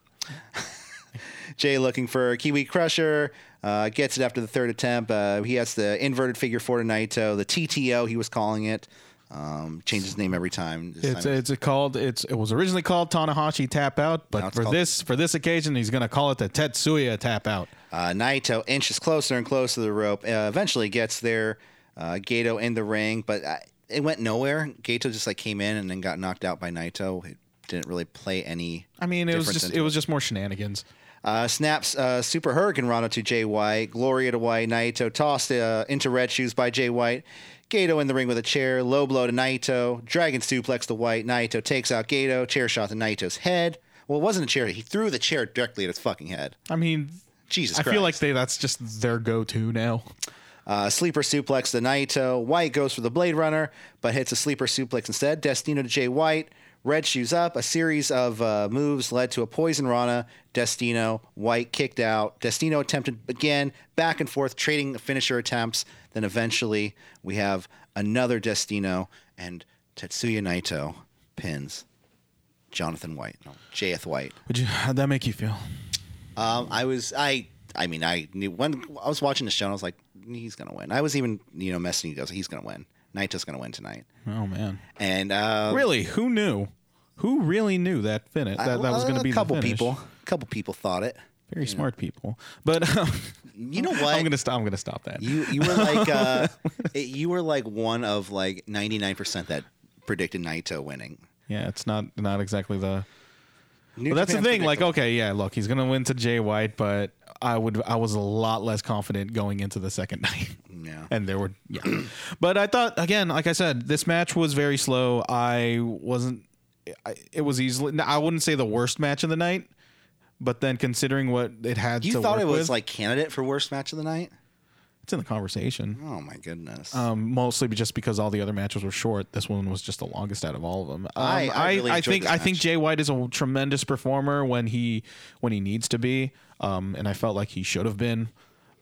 Jay looking for Kiwi Crusher. Uh, gets it after the third attempt. Uh, he has the inverted figure four to Naito, the TTO he was calling it. Um, changes his name every time. This It's time- it's a called it's it was originally called Tanahashi tap out, but Now it's for called- this for this occasion he's gonna call it the Tetsuya tap out. uh, Naito inches closer and closer to the rope. Uh, eventually gets there. Uh, Gato in the ring, but uh it went nowhere. Gato just like came in and then got knocked out by Naito. It didn't really play any. I mean, it was difference just into it was just more shenanigans. Uh, snaps uh, Super Hurricane Rana to Jay White, Gloria to White, Naito tossed uh, into red shoes by Jay White, Gato in the ring with a chair, low blow to Naito, Dragon suplex to White, Naito takes out Gato, chair shot to Naito's head. Well, it wasn't a chair; he threw the chair directly at his fucking head. I mean, Jesus I Christ! feel like they that's just their go to now. Uh, sleeper suplex to Naito. White goes for the Blade Runner, but hits a sleeper suplex instead. Destino to Jay White. Red shoes up. A series of uh, moves led to a poison Rana. Destino, White kicked out. Destino attempted again, back and forth, trading finisher attempts. Then eventually we have another Destino, and Tetsuya Naito pins Jonathan White, no, JF White. Would you? How'd that make you feel? Um, I was I I mean I knew when I was watching the show and I was like he's gonna win. I was even you know messaging you guys he's gonna win. Naito's gonna win tonight. Oh man, And uh, really? Who knew? Who really knew that finish? That, that was going to be a couple the finish? people. A couple people thought it. Very smart people. But um, <laughs> You know what? I'm gonna stop. I'm gonna stop that. you you were like <laughs> uh, it- you were like one of like 99 percent that predicted Naito winning. yeah, it's not not exactly the. New But that's the Japan's thing. Like, predictable. okay, yeah, look, he's gonna win to Jay White, but I would I was a lot less confident going into the second <laughs> night. Yeah. And there were yeah. <clears throat> but I thought again, like I said, this match was very slow. I wasn't I, it was easily I wouldn't say the worst match of the night, but then considering what it had you to thought work it was with, like candidate for worst match of the night? it's in the conversation. Oh my goodness. Um, mostly just because all the other matches were short. This one was just the longest out of all of them. Um, I- I really enjoyed think this I think match. Jay White is a tremendous performer when he when he needs to be. Um, and I felt like he should have been.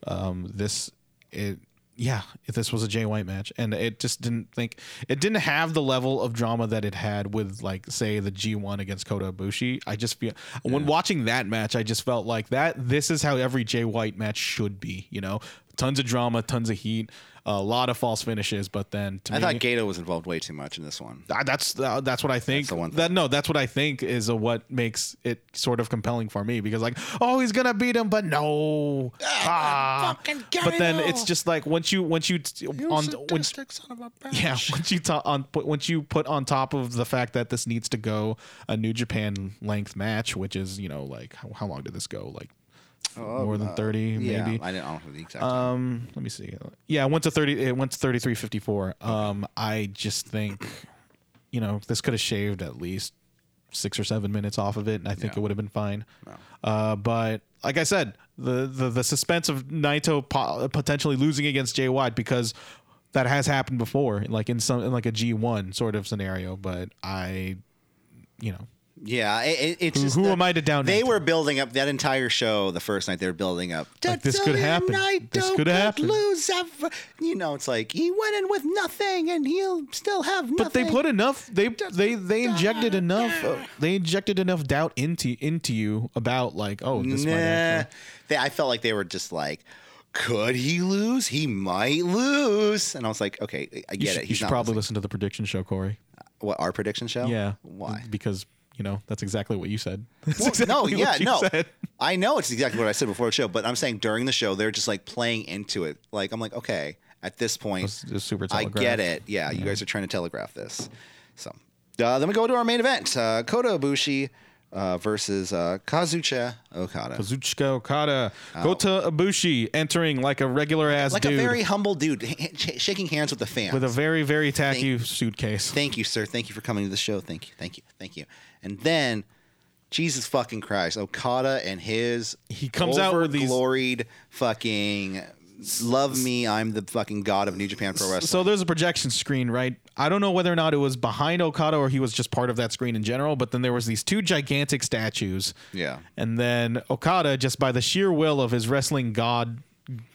Um, this it yeah, if this was a Jay White match, and it just didn't think it didn't have the level of drama that it had with like say the G1 against Kota Ibushi. I just feel when watching that match, I just felt like that. This is how every Jay White match should be. You know, tons of drama, tons of heat, a lot of false finishes. But then to I me, thought Gato was involved way too much in this one. I- that's uh, that's what I think. the one thing. That no, that's what I think is uh what makes it sort of compelling for me because like, oh, he's gonna beat him, but no, ah. fucking but then Gato. it's just like once you once you t- on when <laughs> yeah once you ta- on put- once you put on top of the fact that this needs to go a New Japan length match, which is you know like how, how long did this go like more than thirty Yeah, maybe I, didn't, I don't know the exact. um, let me see. Yeah, it went to thirty. It went to thirty-three fifty-four. Um, I just think, you know, this could have shaved at least six or seven minutes off of it, and I think Yeah. it would have been fine. Uh, but like I said, the the, the suspense of Naito po- potentially losing against Jay White because that has happened before, like in some in like a G one sort of scenario. But I, you know, yeah, it, it, it's who- just who that am I to down They Naito? were building up that entire show. The first night they were building up. Like, this could Tetsuya happen. Naito This could could happen. Lose, ever. you know, it's like he went in with nothing, and he'll still have nothing. But they put enough. They they they injected enough. uh, they injected enough doubt into into you about like, oh, this might Nah, actually. they, I felt like they were just like, could he lose? He might lose, and I was like, okay, I You get should, it. you He's should not probably losing. listen to the prediction show, Corey. what our prediction show. Yeah. why? Because you know that's exactly what you said. <laughs> That's Well, exactly no, what yeah, you no. said. I know it's exactly what I said before the show, but I'm saying during the show they're just like playing into it. Like I'm like, okay, at this point, It's just super. I get it. Yeah, you guys are trying to telegraph this. So uh, then we go to our main event: uh, Kota Ibushi uh, versus uh, Kazuchika Okada. Kazuchika Okada, Kota Ibushi entering like a regular ass Oh. like dude a very humble dude, h- h- shaking hands with the fans. with a very very tacky suitcase. thank you, sir. Thank you for coming to the show. Thank you, thank you, thank you. And then, Jesus fucking Christ, Okada and his He comes out with these- gloried fucking love me. I'm the fucking god of New Japan Pro Wrestling. So there's a projection screen, right? I don't know whether or not it was behind Okada or he was just part of that screen in general, but then there was these two gigantic statues. Yeah. And then Okada, just by the sheer will of his wrestling god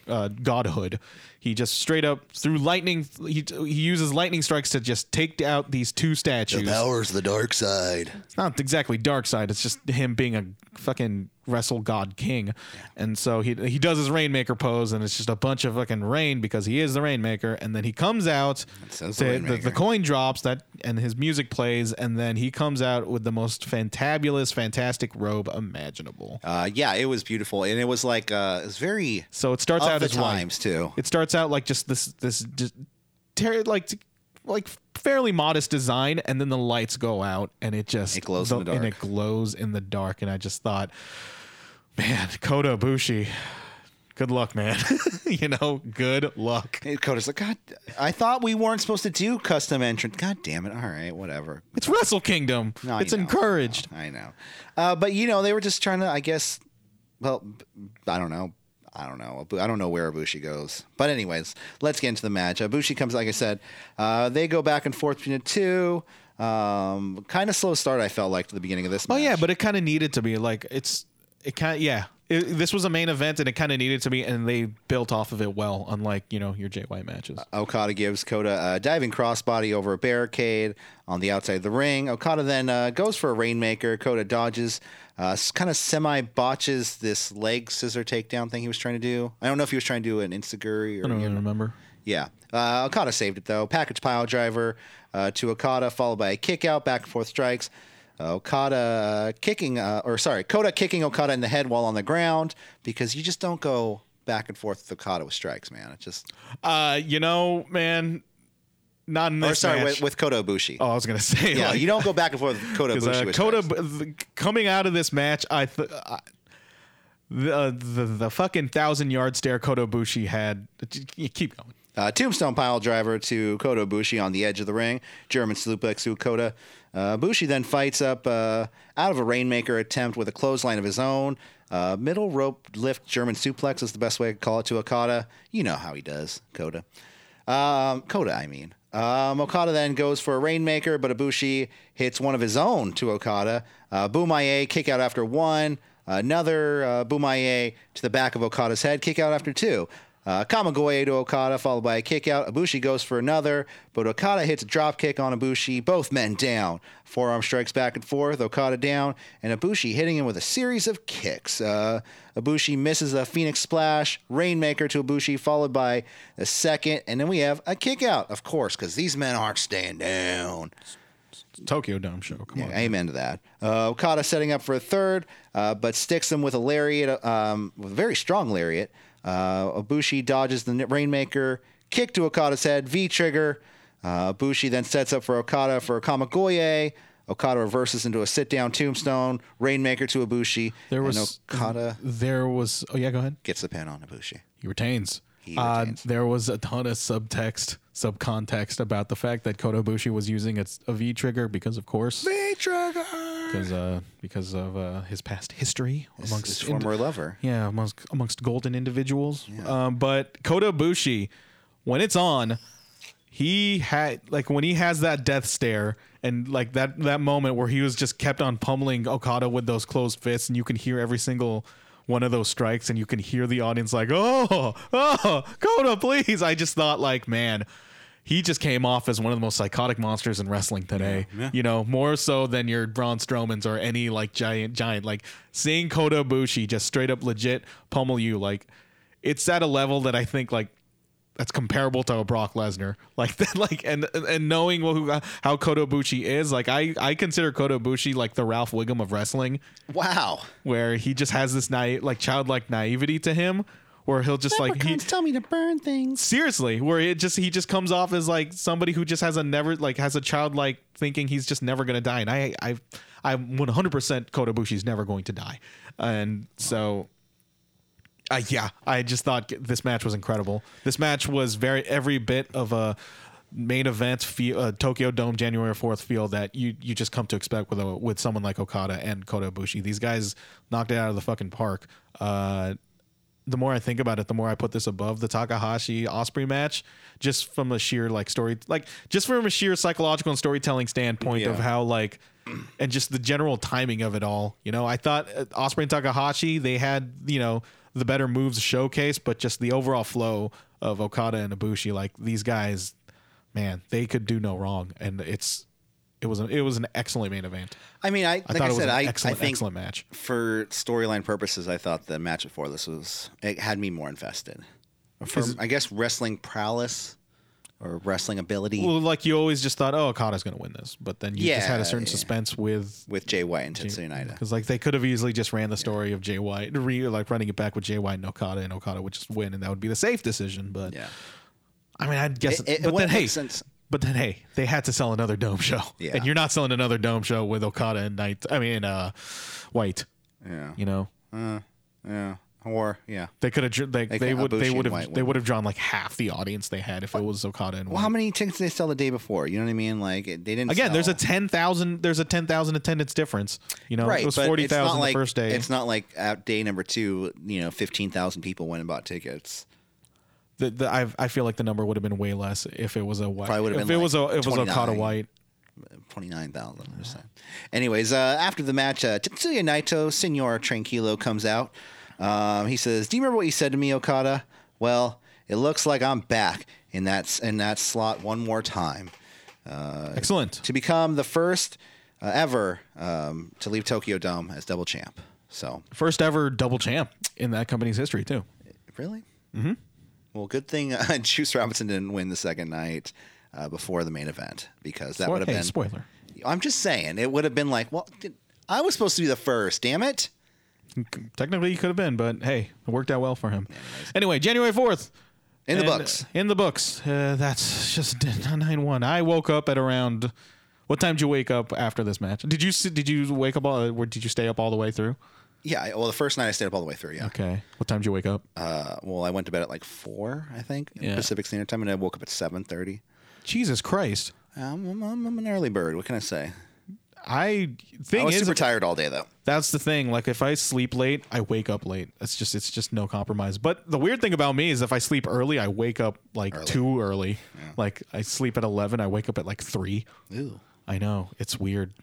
uh, godhood, he just straight up through lightning he, he uses lightning strikes to just take out these two statues. powers the dark side. It's not exactly dark side, it's just him being a fucking wrestle god king. And so he he does his rainmaker pose and it's just a bunch of fucking rain because he is the rainmaker and then he comes out says to- the the, the, Rainmaker. coin drops that and his music plays and then he comes out with the most fantabulous fantastic robe imaginable. Uh, yeah, it was beautiful, and it was like uh, it's very So it starts of out the as white. times too. It starts out like just this this just ter- like like fairly modest design, and then the lights go out, and it just It glows in the And it dark. glows in the dark, and I just thought, man, Kota Ibushi, good luck, man. <laughs> you know, good luck. And Kota's like, God, I thought we weren't supposed to do custom entrance. God damn it! All right, whatever. It's Wrestle Kingdom. No, I it's know, encouraged. I know. Uh, but you know, they were just trying to, I guess. Well, b- I don't know. I don't know. I don't know where Ibushi goes. But anyways, let's get into the match. Ibushi comes, like I said. Uh, they go back and forth between the two. Um, kind of slow start. I felt like to the beginning of this. Oh yeah, but it kind of needed to be like it's it kind of yeah. It, this was a main event, and it kind of needed to be, and they built off of it well, unlike you know your Jay White matches. Okada gives Kota a diving crossbody over a barricade on the outside of the ring. Okada then uh, goes for a rainmaker. Kota dodges, uh, kind of semi botches this leg scissor takedown thing he was trying to do. I don't know if he was trying to do an insiguri or I don't really remember. yeah. Uh, Okada saved it though. Package pile driver uh, to Okada, followed by a kick out, back and forth strikes. Uh, Okada uh, kicking, uh, or sorry, Kota kicking Okada in the head while on the ground because you just don't go back and forth with Okada with strikes, man. It just, Uh, you know, man, not in this or sorry, match. with, with Kota Ibushi. oh, I was gonna <laughs> say, yeah, like, you don't go back and forth with Kota <laughs> 'cause, Ibushi. uh, with Kota strikes. b- th- coming out of this match, I, th- I the, uh, the the fucking thousand yard stare Kota Ibushi had. You keep going. Uh, tombstone pile driver to Kota Ibushi on the edge of the ring. German suplex to Kota. Uh, Ibushi then fights up uh, out of a rainmaker attempt with a clothesline of his own. Uh, middle rope lift German suplex is the best way to call it to Okada. You know how he does, Kota. Um, Kota, I mean. Um, Okada then goes for a rainmaker, but Ibushi hits one of his own to Okada. Uh, Bumaye kick out after one. Another uh, Bumaye to the back of Okada's head, kick out after two. Uh, Kamagoye to Okada, followed by a kick out. Ibushi goes for another, but Okada hits a drop kick on Ibushi. Both men down. Forearm strikes back and forth. Okada down, and Ibushi hitting him with a series of kicks. Uh, Ibushi misses a Phoenix Splash, Rainmaker to Ibushi, followed by the second, and then we have a kick out, of course, because these men aren't staying down. Tokyo Dome show. Come on. Amen to that. Uh, Okada setting up for a third, uh, but sticks him with a lariat, um, with a very strong lariat. Uh, Ibushi dodges the n- Rainmaker, kick to Okada's head, V trigger. Uh, Ibushi then sets up for Okada for a Kamagoye. Okada reverses into a sit down tombstone, Rainmaker to Ibushi. There and was Okada There was. Oh yeah, go ahead. gets the pin on Ibushi. He retains. He Uh, retains. there was a ton of subtext, subcontext about the fact that Kota Ibushi was using a, a V trigger because, of course, V trigger! because uh, because of uh, his past history amongst His ind- former lover. yeah amongst amongst golden individuals. Um, but Kota Ibushi, when it's on, he had like when he has that death stare and like that that moment where he was just kept on pummeling Okada with those closed fists, and you can hear every single one of those strikes, and you can hear the audience like, oh, oh, Kota, please. I just thought like, man. He just came off as one of the most psychotic monsters in wrestling today. You know, more so than your Braun Strowman's or any like giant giant. Like seeing Kota Ibushi just straight up legit pummel you, like it's at a level that I think like that's comparable to a Brock Lesnar. <laughs> Like that, like and and knowing who, how Kota Ibushi is, like I I consider Kota Ibushi like the Ralph Wiggum of wrestling, Wow. where he just has this naive, like childlike naivety to him, where he'll just like he, Leprechauns tell me to burn things. seriously, where it just he just comes off as like somebody who just has a never like has a childlike thinking he's just never gonna die, and I I I'm 100 percent Kota Ibushi's never going to die, and so. Uh, yeah, I just thought this match was incredible. This match was very every bit of a main event feel, uh, Tokyo Dome January fourth feel that you you just come to expect with a with someone like Okada and Kota Ibushi. These guys knocked it out of the fucking park. Uh, the more I think about it, the more I put this above the Takahashi Osprey match, just from a sheer like story, like just from a sheer psychological and storytelling standpoint of Yeah. how like, and just the general timing of it all. You know, I thought uh, Osprey and Takahashi they had you know the better moves showcase, but just the overall flow of Okada and Ibushi, like these guys, man, they could do no wrong, and it's it was an, it was an excellent main event. I mean, I, I like thought I it was said, an I, I excellent think excellent match. for storyline purposes, I thought the match before this was it had me more invested. For I guess wrestling prowess or wrestling ability Well, like you always just thought, oh, Okada's going to win this, but then you just had Yeah, a certain yeah. suspense with with Jay White and Tetsuya Naida. because like they could have easily just ran the story of Jay White, re, like running it back with Jay White and Okada, and Okada would just win, and that would be the safe decision. But Yeah, I mean, I It- guess, it but then wouldn't make hey, sense. but then hey, they had to sell another dome show, <laughs> Yeah. and you're not selling another dome show with Okada and Knight. I mean, uh, White. Yeah. you know. yeah, or yeah. They could have. dr- They, they can't would. Ibushi They and would White have. They win. would have drawn like half the audience they had if it was Okada and White. Well, how many tickets did they sell the day before? You know what I mean? Like it- they didn't. Again, there's a sell- ten thousand. There's a ten thousand attendance difference. You know, right. it was but it's forty not thousand like, the first day. It's not like at day number two, you know, fifteen thousand people went and bought tickets. the, the, I, I feel like the number would have been way less if it was a white. Probably would have if been it was a like if it was Okada 29. White. 29,000 percent. Anyways, uh, after the match, uh, Tetsuya Naito, Senor Tranquilo, comes out. Um, he says, Do you remember what you said to me, Okada? Well, it looks like I'm back in that, in that slot one more time uh, Excellent. to become the first uh, ever um, to leave Tokyo Dome as double champ. So, First ever double champ in that company's history too. really? Mm-hmm. Well, good thing <laughs> uh, Juice Robinson didn't win the second night uh, before the main event because that Or- would have hey, been. spoiler. I'm just saying, it would have been like, well, did- I was supposed to be the first, damn it. Technically, he could have been, but hey, it worked out well for him. Anyway, January fourth. In the And, books. uh, In the books. Uh, that's just <laughs> nine one. I woke up at around. What time did you wake up after this match? Did you s- did you wake up all? Or did you stay up all the way through? Yeah. I- Well, the first night I stayed up all the way through. Yeah. Okay. What time did you wake up? Uh, well, I went to bed at like four, I think, Yeah. Pacific Standard Time, and I woke up at seven thirty. Jesus Christ! Um, I'm, I'm, I'm an early bird. What can I say? I I thing was is, super tired all day though. That's the thing. Like if I sleep late, I wake up late. It's just it's just no compromise. But the weird thing about me is if I sleep early, I wake up like too early. Like I sleep at eleven, I wake up at like three. Ooh. eh, I know it's weird.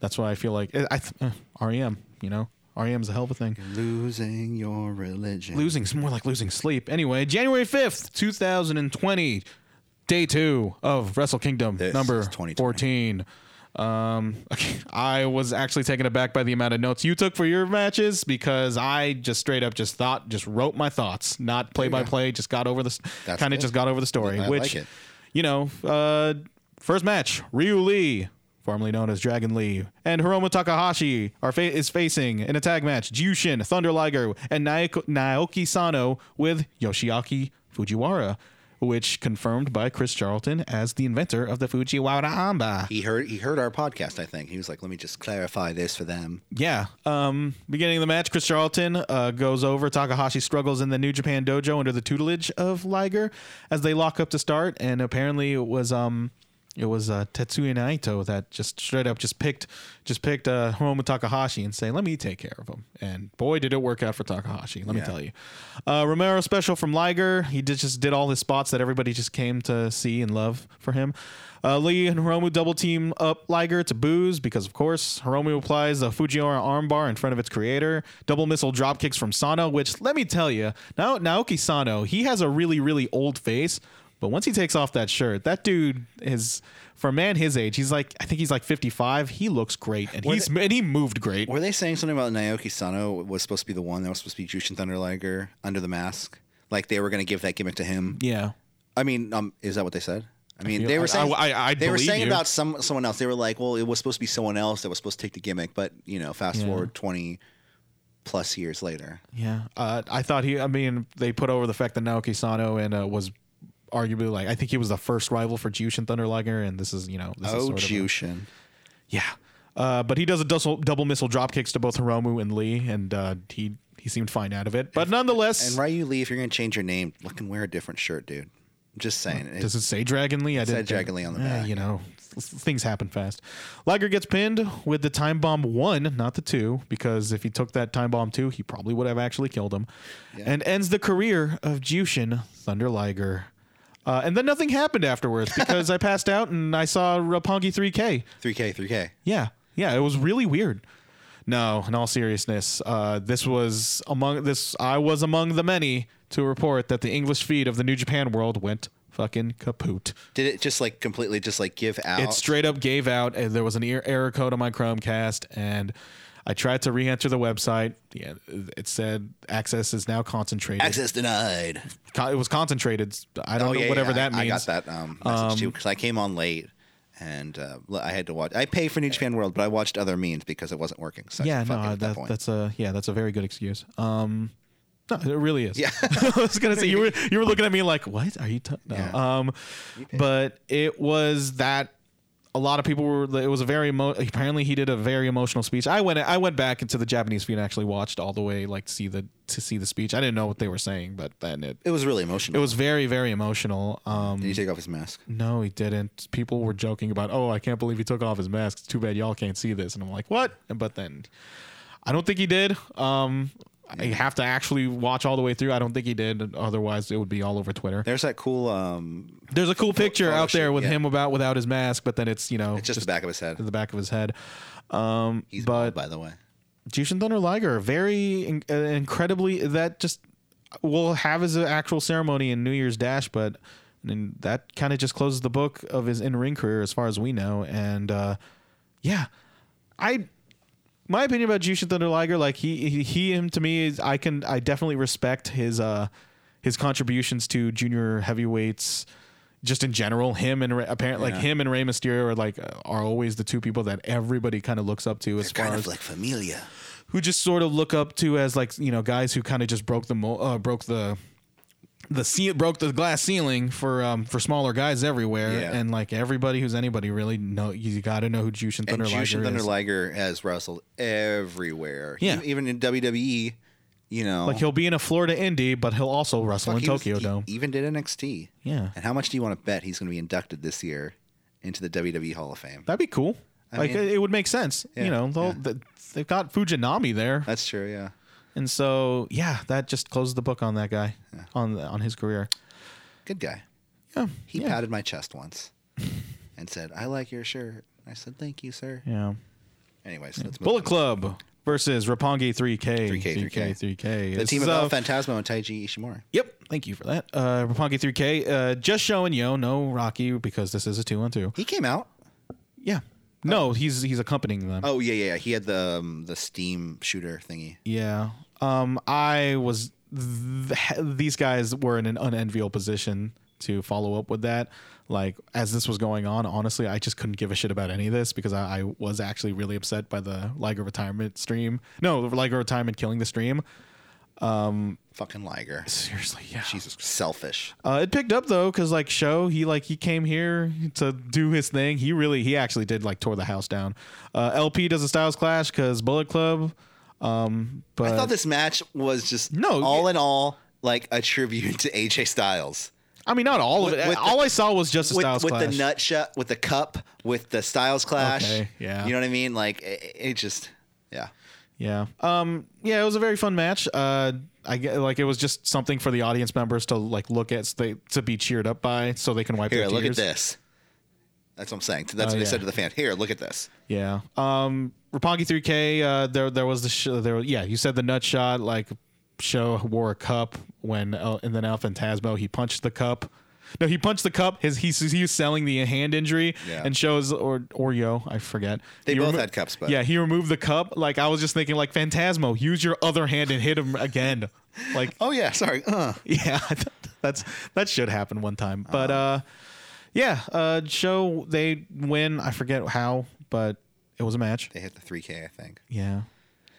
That's why I feel like I, I- eh, REM. You know, REM's a hell of a thing. Losing your religion. Losing, it's more like losing sleep. Anyway, January 5th, 2020, day two of Wrestle Kingdom, This number is 2020. 14. Um, okay, I was actually taken aback by the amount of notes you took for your matches because I just straight up just thought, just wrote my thoughts, not play by play, just got over the, That's kind of good. just got over the story, I which, like it. you know, uh, first match, Ryu Lee. Formerly known as Dragon Lee, and Hiromu Takahashi are fa- is facing in a tag match Jushin, Thunder Liger, and Naoko- Naoki Sano with Yoshiaki Fujiwara, which confirmed by Chris Charlton as the inventor of the Fujiwara Amba. He heard he heard our podcast. I think he was like, "Let me just clarify this for them." Yeah. Um, beginning of the match, Chris Charlton uh, goes over. Takahashi struggles in the New Japan dojo under the tutelage of Liger as they lock up to start. And apparently, it was um, it was uh, Tetsuya Naito that just straight up just picked just picked uh, Hiromu Takahashi and say, "Let me take care of him." And boy, did it work out for Takahashi. Let me Yeah. tell you. Uh, Romero special from Liger. He did, just did all the spots that everybody just came to see and love for him. Uh, Lee and Hiromu double team up Liger to booze because, of course, Hiromu applies the Fujiwara armbar in front of its creator. Double missile drop kicks from Sano, which let me tell you, now Naoki Sano, he has a really really old face, but once he takes off that shirt, that dude is for a man his age. He's like I think he's like 55. He looks great and he's and he moved great. Were they saying something about Naoki Sano was supposed to be the one that was supposed to be Jushin Thunder Liger under the mask? Like they were going to give that gimmick to him. Yeah. I mean, um, is that what they said? I mean, feel- they I- were saying I- I- I they were believe saying you. about some someone else. They were like, "Well, it was supposed to be someone else that was supposed to take the gimmick," but you know, fast Yeah. forward twenty plus years later. Yeah, uh, I thought he. I mean, they put over the fact that Naoki Sano and uh, was arguably like I think he was the first rival for Jushin Thunder Liger, and this is you know this is Oh, sort of a- Jushin. yeah. Uh, but he does a double, double missile drop kicks to both Hiromu and Lee, and uh, he he seemed fine out of it. But nonetheless, And Ryu Lee, if you're going to change your name, fucking wear a different shirt, dude. I'm just saying. It- Does it say Dragon Lee? I didn't. said Dragon Lee on the Eh, back. You know, th- things happen fast. Liger gets pinned with the time bomb one, not the two, because if he took that time bomb two, he probably would have actually killed him, and ends the career of Jushin Thunder Liger. Uh, and then nothing happened afterwards <laughs> because I passed out and I saw Rapongi 3K. 3K, 3K. Yeah, yeah, it was really weird. No, in all seriousness, uh, this was among this. I was among the many to report that the English feed of the New Japan world went fucking kaput. Did it just like completely just like give out? It straight up gave out, and there was an er- error code on my Chromecast, and I tried to re-enter the website. Yeah, it said access is now concentrated. Access denied. Con- it was concentrated. I don't Oh, know yeah, whatever yeah, that I- means. I got that um, message too because I came on late and uh, l- I had to watch. I pay for New Japan World, but I watched other means because it wasn't working. So I Yeah, fuck it no, uh, at that, that, point. that's a yeah, that's a very good excuse. Um, no, it really is. Yeah. <laughs> I was gonna say you were you were looking at me like, what are you? ta-" No. Yeah. Um, but it was that a lot of people were. It was a very emo- apparently he did a very emotional speech. I went I went back into the Japanese feed and actually watched all the way like to see the to see the speech. I didn't know what they were saying, but then it it was really it emotional. was very very emotional. Um, Did he take off his mask? no, he didn't. People were joking about, oh, I can't believe he took off his mask. It's too bad y'all can't see this. And I'm like, what? But then I don't think he did. Um, I have to actually watch all the way through. I don't think he did. Otherwise, it would be all over Twitter. There's that cool. Um, There's a cool picture photo out there shoot, with yeah. him about without his mask, but then it's, you know, it's just, the back of his head. the back of his head. Um, He's but bald, by the way. Jushin Thunder Liger, very in- uh, incredibly that just will have his actual ceremony in New Year's Dash, but I mean, that kind of just closes the book of his in-ring career as far as we know. And uh, yeah, I my opinion about Jushin Thunder Liger, like he he, he him to me is I can I definitely respect his uh his contributions to junior heavyweights. Just in general, him and Rey- apparently Yeah. like him and Rey Mysterio are like uh, are always the two people that everybody kind of looks up to as far Kind as of like familia. who just sort of look up to as like you know guys who kind of just broke the mo- uh, broke the the ce- broke the glass ceiling for um for smaller guys everywhere Yeah. and like everybody who's anybody really know you got to know who Jushin And Thunder Liger Jushin Thunder is. Liger has wrestled everywhere. Yeah. E- even in WWE. You know, like he'll be in a Florida indie, but he'll also wrestle in He was- Tokyo he Dome. Even did NXT. Yeah. And how much do you want to bet he's going to be inducted this year into the WWE Hall of Fame? That'd be cool. like mean- it would make sense. Yeah, you know, they'll, th- they've got Fujinami there, That's true. Yeah. and so yeah, that just closes the book on that guy on on his career. Good guy. Yeah, He yeah. patted my chest once <laughs> and said, "I like your shirt." I said, "Thank you, sir." yeah. Anyways, let's move Bullet on. Club versus Roppongi 3K. 3K, 3K. 3K. The This team is, of uh, El Phantasmo and Taiji Ishimori. Yep. Thank you for that. Uh, Roppongi 3K. Uh, just showing yo, no Rocky because this is a two on two. He came out. Yeah. No, he's he's accompanying them. Oh yeah, yeah. yeah. He had the um, the steam shooter thingy. Yeah. Um, I was. Th- these guys were in an unenviable position to follow up with that. Like as this was going on, honestly, I just couldn't give a shit about any of this because I, I was actually really upset by the Liger retirement stream. No, the Liger retirement killing the stream. Fucking Liger. Seriously, yeah. Jesus, selfish. Uh, it picked up though, cause like show he like he came here to do his thing. He really he actually did like tore the house down. Uh, LP does a Styles clash cause Bullet Club. Um, but I thought this match was just No, all yeah. in all like a tribute to AJ Styles. I mean not all of With- it. with all the- I saw was just a With, Styles with clash. the nut shot, with the cup, with the Styles clash. Okay, yeah. You know what I mean? Like it, it just, yeah. Yeah. Um. Yeah. It was a very fun match. Uh. I get like it was just something for the audience members to like look at so they, to be cheered up by so they can wipe Here, their look tears. at this. That's what I'm saying. That's what Oh, they yeah. said to the fan. Here, look at this. Yeah. Um. Roppongi 3K. Uh. There. There was the. Sh- there. Yeah. You said the nut shot. Like, show wore a cup when uh, and then Al Fantasmo he punched the cup. No, he punched the cup. His he's he was selling the hand injury Yeah. and shows or or yo I forget. They He both had cups, but- yeah, he removed the cup. Like I was just thinking, like Phantasmo, use your other hand and hit him again. Like <laughs> Oh yeah, sorry. Uh. yeah <laughs> that's that should happen one time but Uh-huh. uh yeah uh show they win i forget how but it was a match They hit the 3K, I think. yeah Um,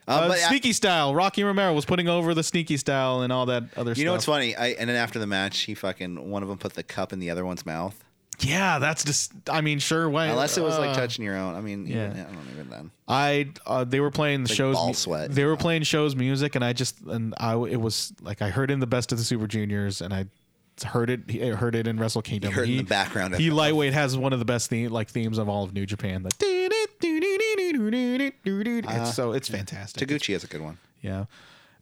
uh, but I- sneaky style rocky romero was putting over the sneaky style and all that other stuff you know what's funny? I, and then after the match, he fucking one of them put the cup in the other one's mouth. yeah that's just i mean sure why Unless it was like uh, touching your own. I mean, yeah. even- I don't even then. I uh, they were playing the shows. ball sweat, They you were know? playing shows music, and I just and I it was like I heard in the best of the Super Juniors, and I heard it. I heard it in Wrestle Kingdom. heard it in He- the background of He it. lightweight has one of the best theme, like themes of all of New Japan. Like, Uh, it's so it's fantastic. Taguchi is a good one. Yeah.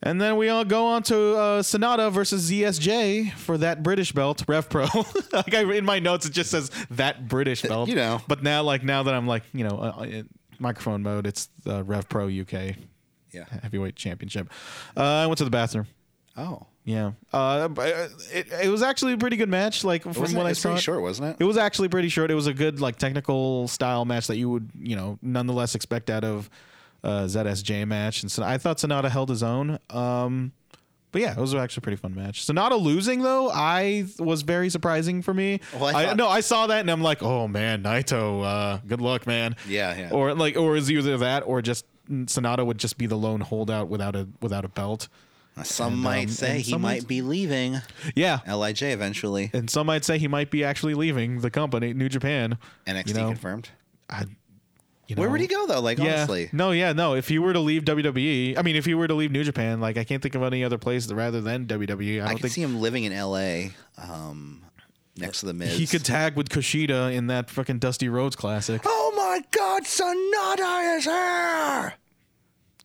And then we all go on to uh, Sonata versus ZSJ for that British belt, Ref Pro. <laughs> like I, in my notes, it just says that British belt. Uh, you know. But now, like now that I'm like, you know, uh, in microphone mode, it's the Rev Pro UK Yeah. Heavyweight Championship. Uh, I went to the bathroom. Oh, Yeah. Uh, but, uh, it, it was actually a pretty good match. Like from wasn't what it, I it's pretty saw, short, wasn't it it? was actually pretty short. It was a good like technical style match that you would you know nonetheless expect out of uh, ZSJ match. And so I thought Sonata held his own. Um, but yeah, it was actually a pretty fun match. Sonata losing though, I was very surprising for me. Well, Oh, I I, thought- no, I saw that and I'm like, oh man, Naito, uh, good luck, man. Yeah, yeah. Or like, or is either that or just Sonata would just be the lone holdout without a without a belt. Some And, might um, say and he someone's- might be leaving Yeah, Lij eventually. and some might say he might be actually leaving the company, New Japan. NXT you know, confirmed. I, you Where know. would he go though? Like Yeah. honestly, No, yeah, no. If you were to leave WWE, I mean, if you were to leave New Japan, like I can't think of any other place rather than WWE. I I, don't could think see him living in LA, um, next to the Miz. he could tag with Kushida in that fucking Dusty Rhodes Classic. Oh my God, Sonata is here!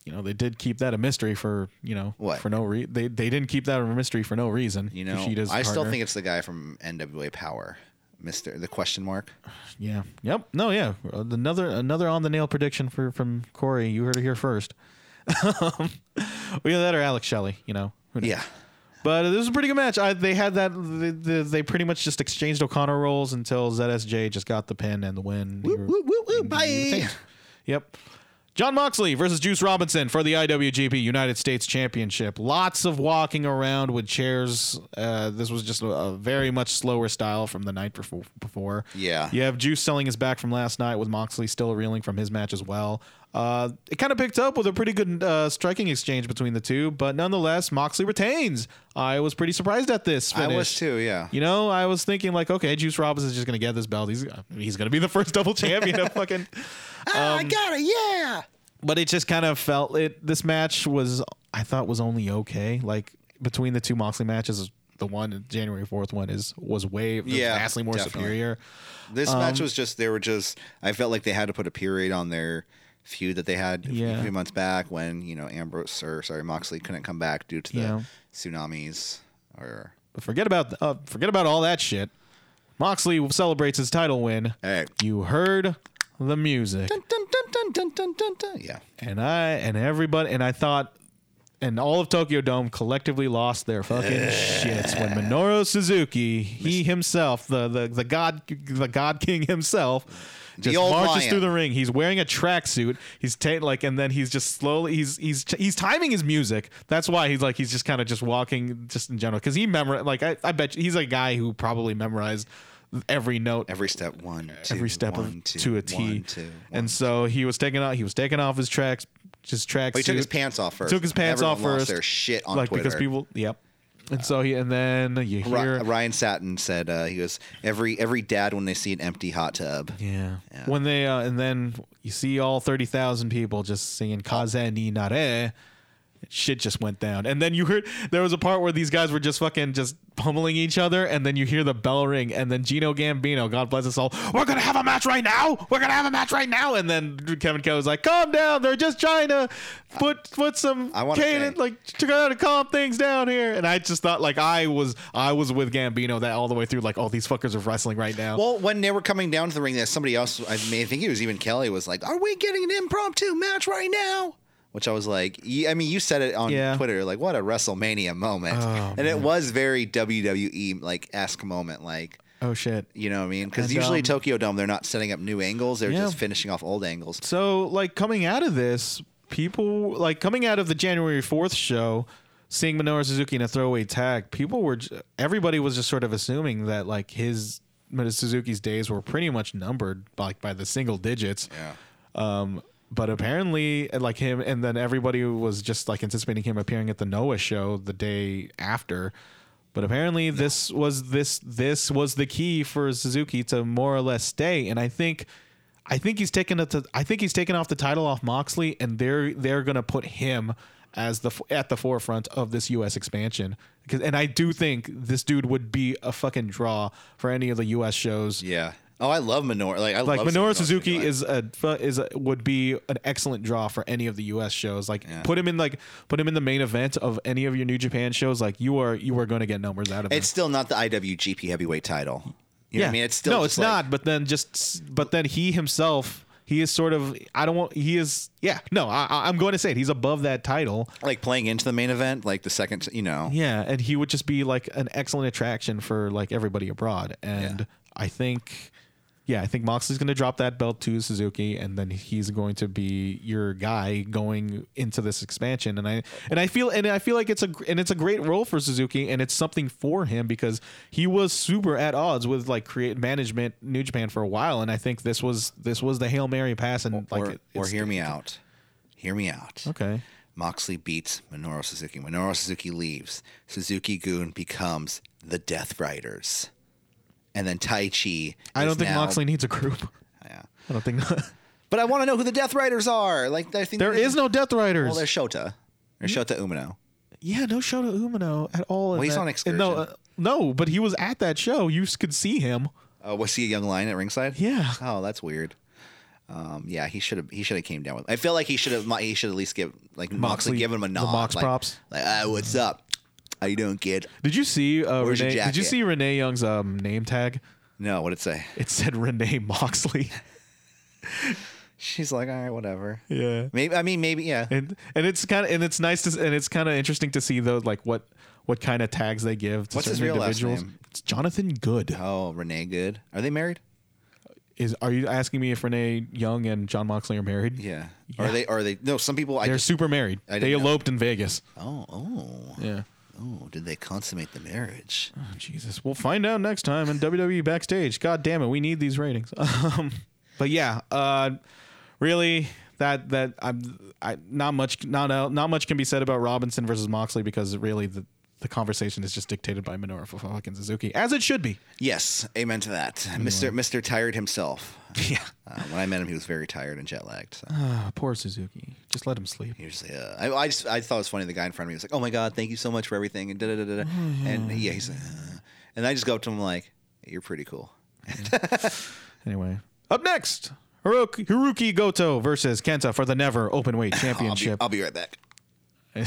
You know, they did keep that a mystery for you know What? for no reason. They they didn't keep that a mystery for no reason. You know, Kushida's I still partner. think it's the guy from NWA Power, Mister the question mark. yeah, yep, no, yeah. Another another on the nail prediction for from Corey. You heard it here first. <laughs> Um, we got that or Alex Shelley. You know, Who knows? Yeah, But this was a pretty good match. I, they had that. They, they, they pretty much just exchanged O'Connor rolls until ZSJ just got the pin and the win. woo, woo, woo, bye. Yep. John Moxley versus Juice Robinson for the IWGP United States Championship. Lots of walking around with chairs. Uh, this was just a, a very much slower style from the night befo- before. Yeah. You have Juice selling his back from last night with Moxley still reeling from his match as well. Uh, it kind of picked up with a pretty good uh, striking exchange between the two, but nonetheless, Moxley retains. I was pretty surprised at this. I Finish. was too. Yeah. You know, I was thinking like, okay, Juice Robinson's just gonna get this belt. He's he's gonna be the first double <laughs> champion of fucking. I um, got it. Yeah. But it just kind of felt it. This match was, I thought, was only okay. Like between the two Moxley matches, the one January fourth one is was way Yeah, vastly more definitely. superior. This match Um, was just they were just I felt like they had to put a period on their feud that they had a few- Yeah. a few months back when, you know, Ambrose or sorry, Moxley couldn't come back due to the Yeah. tsunamis or But forget about uh, forget about all that shit. Moxley celebrates his title win. All right. You heard the music. dun dun dun dun dun. Yeah. and I and everybody and I thought and all of Tokyo Dome collectively lost their fucking shits when Minoru Suzuki, he himself, the the the god the god king himself, just old marches lion. through the ring. He's wearing a tracksuit. He's ta- like and then he's just slowly he's he's he's timing his music. That's why he's like he's just kind of just walking just in general cuz he memor like I, I bet you, he's a guy who probably memorized every note Every step one, two, every step one, of, two, to a T. one, two, one. and so he was taking out he was taking off his tracks his tracks. But he took his pants off first. Took his pants Everyone off lost first. Their shit on like Twitter. because people yep. And so he and then you Ri- hear Ryan Satin said uh, he goes every every dad when they see an empty hot tub. yeah. Yeah. when they uh, and then you see all thirty thousand people just singing Kaze ni nare. Shit just went down, and then you heard there was a part where these guys were just fucking just pummeling each other, and then you hear the bell ring, and then Gino Gambino, God bless us all, we're gonna have a match right now, we're gonna have a match right now, and then Kevin Kelly was like, calm down, they're just trying to put put some I wanna cadence, say- like to try to calm things down here, and I just thought like I was I was with Gambino that all the way through, like oh these fuckers are wrestling right now. Well, when they were coming down to the ring, there somebody else, I, mean, I think it was even Kelly, was like, "Are we getting an impromptu match right now?" Which I was like, y- I mean, you said it on Yeah. Oh, Twitter, like, "What a WrestleMania moment!" and it was very WWE like esque moment, like. oh shit. You know what I mean? Because And, usually um, Tokyo Dome, they're not setting up new angles; they're Yeah. just finishing off old angles. So, like, coming out of this, people, like, coming out of the January 4th show, seeing Minoru Suzuki in a throwaway tag, people were, j- everybody was just sort of assuming that, like, his, Minoru Suzuki's days were pretty much numbered, like, by the single digits. Yeah. Um, but apparently, uh, like him, and then everybody was just like anticipating him appearing at the Noah show the day after. But apparently, this was this this was the key for Suzuki to more or less stay. And I think, I think he's taken it to, I think he's taken off the title off Moxley, and they're they're gonna put him as the f- at the forefront of this U.S. expansion. 'Cause- and I do think this dude would be a fucking draw for any of the U.S. shows Yeah. Oh, I love Minoru. Like, I like love Minoru Suzuki Like, is a fu- is a, would be an excellent draw for any of the U.S. shows. Like put him in like put him in the main event of any of your New Japan shows. Like you are you are going to get numbers out of It's it. still not the IWGP Heavyweight title. You know what I mean? It's still no, just it's like- not. But then just but then he himself he is sort of I don't want he is yeah no I, I- I'm going to say it. He's above that title. like playing into the main event, like the second, you know. Yeah, and he would just be like an excellent attraction for like everybody abroad. And I think, yeah, I think Moxley's going to drop that belt to Suzuki, and then he's going to be your guy going into this expansion. And I and I feel and I feel like it's a gr- and it's a great role for Suzuki, and it's something for him because he was super at odds with like create management New Japan for a while, and I think this was this was the hail mary pass and like or, it- or it's- hear me out. Hear me out. okay. Moxley beats Minoru Suzuki. Minoru Suzuki leaves. Suzuki Goon becomes the Death Riders. And then Tai Chi. I is don't think now- Moxley needs a group. <laughs> Yeah. I don't <laughs> think <laughs> But I want to know who the Death Riders are. Like I think there is no Death Riders. Hmm? Well, there's Shota. There's Shota Umino. Yeah, no show to Umino at all. Well, he's on excursion. No, uh, no, but he was at that show. You s- could see him. Oh, was he a young lion at ringside? Yeah. Oh, that's weird. Um, yeah, he should have. He should have came down with. I feel like he should have. He should at least give like Moxley, Moxley- give him a the nod. Mox like, props. Like, ah, what's up? How you doing, kid? Did you see uh, Where's your Renee? Did you jacket? see Renee Young's um, name tag? No, what'd it say? It said <laughs> Renee Moxley. <laughs> She's like, all right, whatever. yeah, Maybe. I mean, maybe. Yeah. and and it's kind of and it's nice to s- and it's kind of interesting to see though like what what kind of tags they give to What's his certain real last individuals. name? It's Jonathan Good. Oh, Renee, good. Are they married? Is are you asking me if Renee Young and John Moxley are married? Yeah. Are they? Are they? No. Some people. I They're just. super married. I didn't They know. eloped in Vegas. Oh. Oh. Yeah. Oh. Did they consummate the marriage? Oh, Jesus, we'll find out next time in WWE backstage. God damn it, we need these ratings. <laughs> Um, but yeah, uh, really, that that I'm I not much not uh, not much can be said about Robinson versus Moxley because really the the conversation is just dictated by Minoru fucking Suzuki, as it should <laughs> be. Yes. Amen to that. Mister Mister Tired himself. Yeah, Uh, when I met him, he was very tired and jet lagged. So. Ah, poor Suzuki. Just let him sleep. He was like, uh, I, I just I thought it was funny. The guy in front of me was like, "Oh my god, thank you so much for everything," and da da da da. da. Oh, And yeah, he's like, uh, and I just go up to him like, "You're pretty cool." Anyway, up next, Hiroki, Hiroki Goto versus Kenta for the Never Openweight <laughs> I'll be, Championship. I'll be right back. <laughs> <laughs>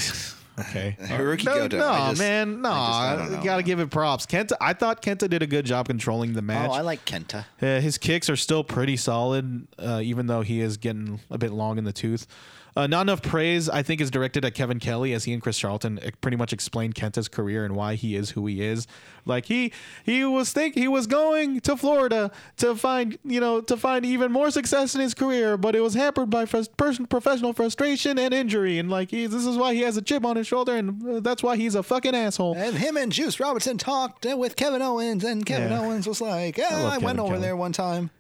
Okay. Uh, Hiroki no, Goto, No, I just- man, no. I just- I I don't know. gotta give it props. Kenta, I thought Kenta did a good job controlling the match. Oh, I like Kenta. Uh, his kicks are still pretty solid, uh, even though he is getting a bit long in the tooth. Uh, not enough praise, I think, is directed at Kevin Kelly as he and Chris Charlton uh, pretty much explained Kenta's career and why he is who he is. Like he he was think he was going to Florida to find you know to find even more success in his career, but it was hampered by frus- person professional frustration and injury. And like he, this is why he has a chip on his shoulder, and uh, that's why he's a fucking asshole. And him and Juice Robinson talked with Kevin Owens, and Kevin Yeah. Owens was like, "Yeah, I, love went Kevin over Kelly. there one time."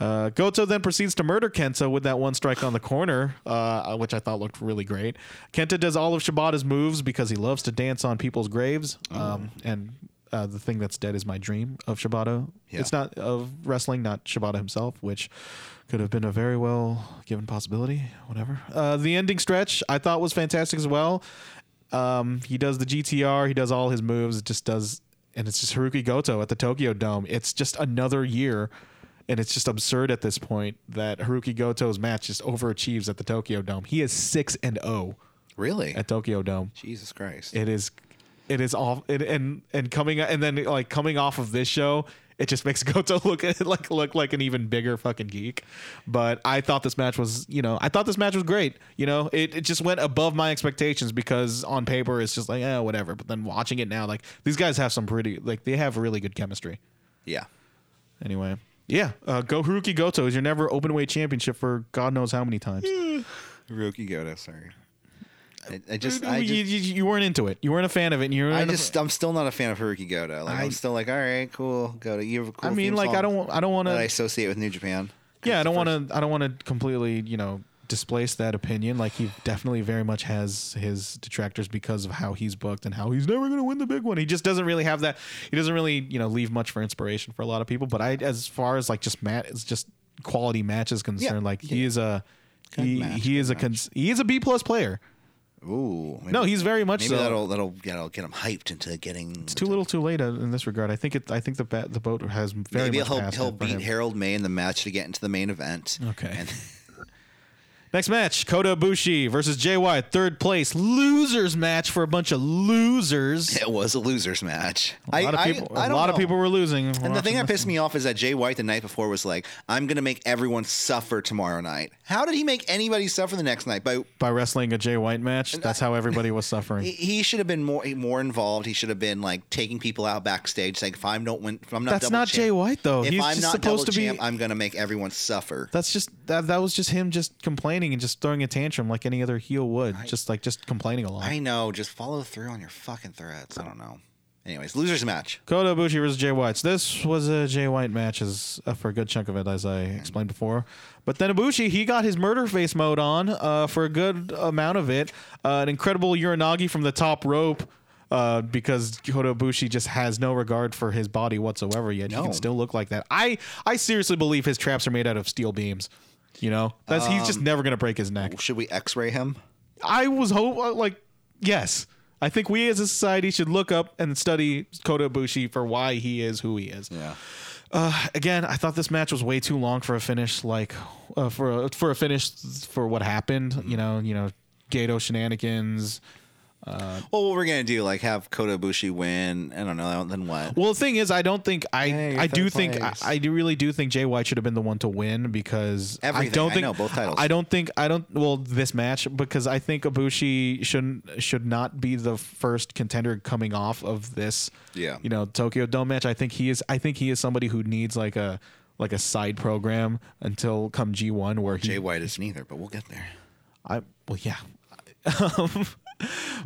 Uh, Goto then proceeds to murder Kenta with that one strike on the corner, uh, which I thought looked really great. Kenta does all of Shibata's moves because he loves to dance on people's graves. Um, And uh, the thing that's dead is my dream of Shibata. Yeah. It's not of wrestling, not Shibata himself, which could have been a very well given possibility. Whatever. Uh, the ending stretch I thought was fantastic as well. Um, he does the GTR. He does all his moves. It just does, and it's just Haruki Goto at the Tokyo Dome. It's just another year, and it's just absurd at this point that Haruki Goto's match just overachieves at the Tokyo Dome. He is six and zero Really? at Tokyo Dome. Jesus Christ! It is, it is off. It, and and coming and then like coming off of this show, it just makes <laughs> Goto look like look like an even bigger fucking geek. But I thought this match was, you know, I thought this match was great. You know, it, it just went above my expectations because on paper it's just like eh, whatever. But then watching it now, like these guys have some pretty like they have really good chemistry. yeah. Anyway. Yeah, uh, go Haruki Goto is your never open weight championship for God knows how many times. Hiroki Goto. Sorry. I, I just, you, I just, you- you weren't into it. You weren't a fan of it. And you were I just, I'm still not a fan of Hiroki Goto. Like, I, I- am still like, all right, cool, Goto. You have a cool. I mean, theme like, I song don't, wa- I don't want that I to. associate with New Japan. Yeah, I don't want to. I don't want to completely, you know, displace that opinion. Like, he definitely very much has his detractors because of how he's booked and how he's never going to win the big one. He just doesn't really have that. He doesn't really, you know, leave much for inspiration for a lot of people. But I, as far as like just Matt, it's just quality matches concerned. like, he is a. He, match, he is a con- he is a B plus player. Ooh. Maybe, No, he's very much Maybe so. that'll that'll that'll get him hyped into getting. too little, too late uh, in this regard. I think it. I think the ba- the boat has very Maybe much he'll passed he'll it for beat him. Harold May in the match to get into the main event. Okay. And <laughs> Next match, Kota Ibushi versus JY, third place losers match for a bunch of losers. it was a losers match. A lot of people, I, I a don't lot of know. people were losing. And the thing that pissed me off is that Jay White the night before was like, "I'm gonna make everyone suffer tomorrow night." How did he make anybody suffer the next night? But by wrestling a Jay White match, that's how everybody was <laughs> suffering. he- he should have been more more involved. He should have been like taking people out backstage, saying, "If I'm not win, if I'm not That's double not champ, Jay White, though. If He's I'm just not supposed double to be- champ, I'm gonna make everyone suffer." That's just that. That was just him just complaining and just throwing a tantrum like any other heel would. just like just complaining a lot. I know. Just follow through on your fucking threats. I don't know. Anyways, losers match. Kota Ibushi versus Jay White. So this was a Jay White match as, uh, for a good chunk of it, as I explained before. But then Ibushi, he got his murder face mode on uh, for a good amount of it. Uh, an incredible Uranagi from the top rope uh, because Kota Ibushi just has no regard for his body whatsoever yet. He No. can still look like that. I, I seriously believe his traps are made out of steel beams. You know, That's, he's just never going to break his neck. Should we X-ray him? I was hope uh, like yes. I think we as a society should look up and study Kota Ibushi for why he is who he is. Yeah. Again, I thought this match was way too long for a finish, like uh, for a, for a finish for what happened. You know, you know, Gato shenanigans. Well, what we're gonna do? Like have Kota Ibushi win? I don't know. Then what? Well, the thing is, I don't think I Hey, I do third think I, place. I do really do think Jay White should have been the one to win because I Everything. don't I think know, both titles. I don't think I don't well this match because I think Ibushi shouldn't should not be the first contender coming off of this. Yeah. you know Tokyo Dome match. I think he is. I think he is somebody who needs like a like a side program until come G one where he Jay White isn't either, but we'll get there. I well yeah. <laughs> Um,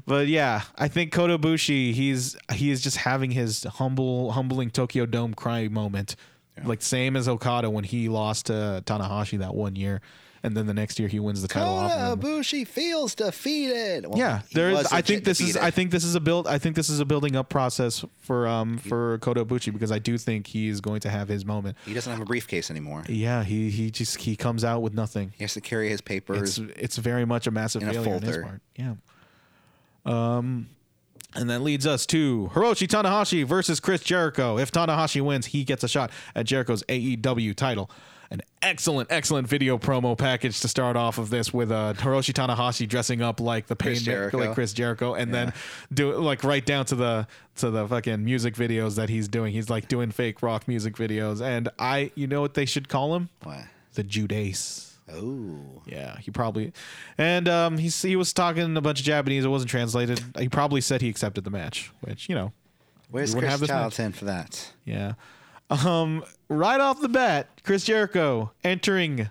but yeah, I think Kota Ibushi he's he is just having his humble humbling Tokyo Dome cry moment. Like same as Okada when he lost to Tanahashi that one year and then the next year he wins the title off. of him. Kota Ibushi feels defeated. Well, Yeah, he there is. was I legit think this is. defeated. I think this is a build. I think this is a building up process for um for Kota Ibushi because I do think he is going to have his moment. he doesn't have a briefcase anymore. He Yeah, he he just he comes out with nothing. has to carry his It's papers. it's very much a massive in a failure on his folder. part. Yeah. Um, and that leads us to Hiroshi Tanahashi versus Chris Jericho. If Tanahashi wins, he gets a shot at Jericho's AEW E title. an excellent, excellent video promo package to start off of this with uh, Hiroshi Tanahashi dressing up like the pain Chris Jericho. like Chris Jericho, and then do like right down to the to the fucking music videos that he's doing. He's like doing fake rock music videos, and I, you know what they should call him? What? The Judace. Oh. Yeah, he probably, and um, he he was talking a bunch of Japanese. It wasn't translated. He probably said he accepted the match, which you know, Where's wouldn't Chris have this match. Charlton for that? yeah. Um, right off the bat, Chris Jericho entering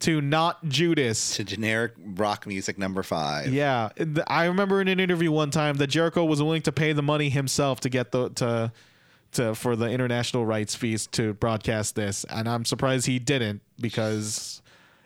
to not Judas. To generic rock music number five. Yeah, th- I remember in an interview one time that Jericho was willing to pay the money himself to get the to to for the international rights fees to broadcast this, and I'm surprised he didn't because.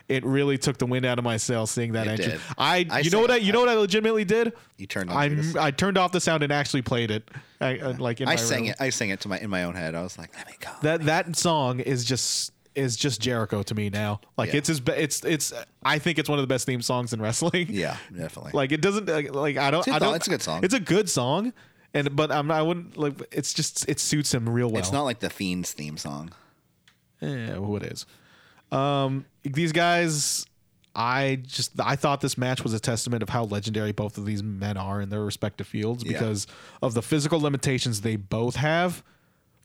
It really took the wind out of my sails seeing that It entrance. did. I, I you know see- what I, you know what I legitimately did? You turned on Judas. I I turned off the sound and actually played it. I, uh, like in I my sang room. it. I sang it to my in my own head. I was like, let me go. That that song is just is just Jericho to me now. Like Yeah. it's his be- it's it's I think it's one of the best theme songs in wrestling. yeah, definitely. Like it doesn't like, like I don't a I song- don't it's a good song. It's a good song. And but I'm I wouldn't like it's just it suits him real well. it's not like the Fiends theme song. Yeah, Eh, who it is. Um, these guys, I just I thought this match was a testament of how legendary both of these men are in their respective fields Yeah. because of the physical limitations they both have.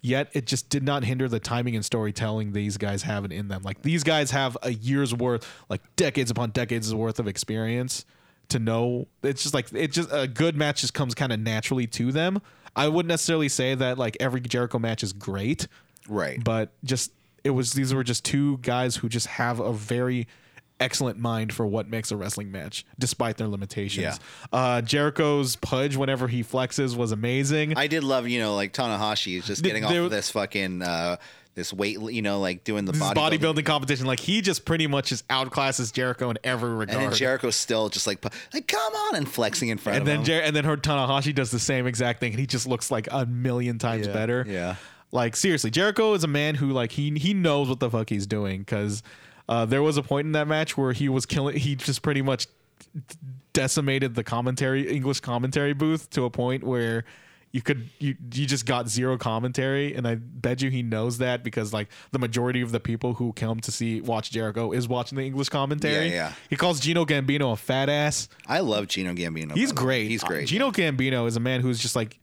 Yet it just did not hinder the timing and storytelling these guys have it in them. Like these guys have a year's worth, like decades upon decades worth of experience to know. It's just like it just a good match just comes kind of naturally to them. I wouldn't necessarily say that like every Jericho match is great, Right. but just it was these were just two guys who just have a very excellent mind for what makes a wrestling match despite their limitations uh jericho's pudge whenever he flexes was amazing I did love, you know, like Tanahashi is just getting off there- of this fucking uh this weight, you know, like doing the This is bodybuilding. bodybuilding competition like he just pretty much just outclasses jericho in every regard And then Jericho's still just like, pu- like come on, and flexing in front and of then him. Jer- and then her Tanahashi does the same exact thing, and he just looks like a million times Yeah, better. yeah. Like seriously, Jericho is a man who like he he knows what the fuck he's doing because uh, there was a point in that match where he was killing. He just pretty much decimated the commentary English commentary booth to a point where. You could you you just got zero commentary, and I bet you he knows that because like the majority of the people who come to see watch Jericho is watching the English commentary. Yeah, yeah. He calls Gino Gambino a fat ass. I love Gino Gambino. by He's the way. great. He's great. Uh, Gino Gambino is a man who's just like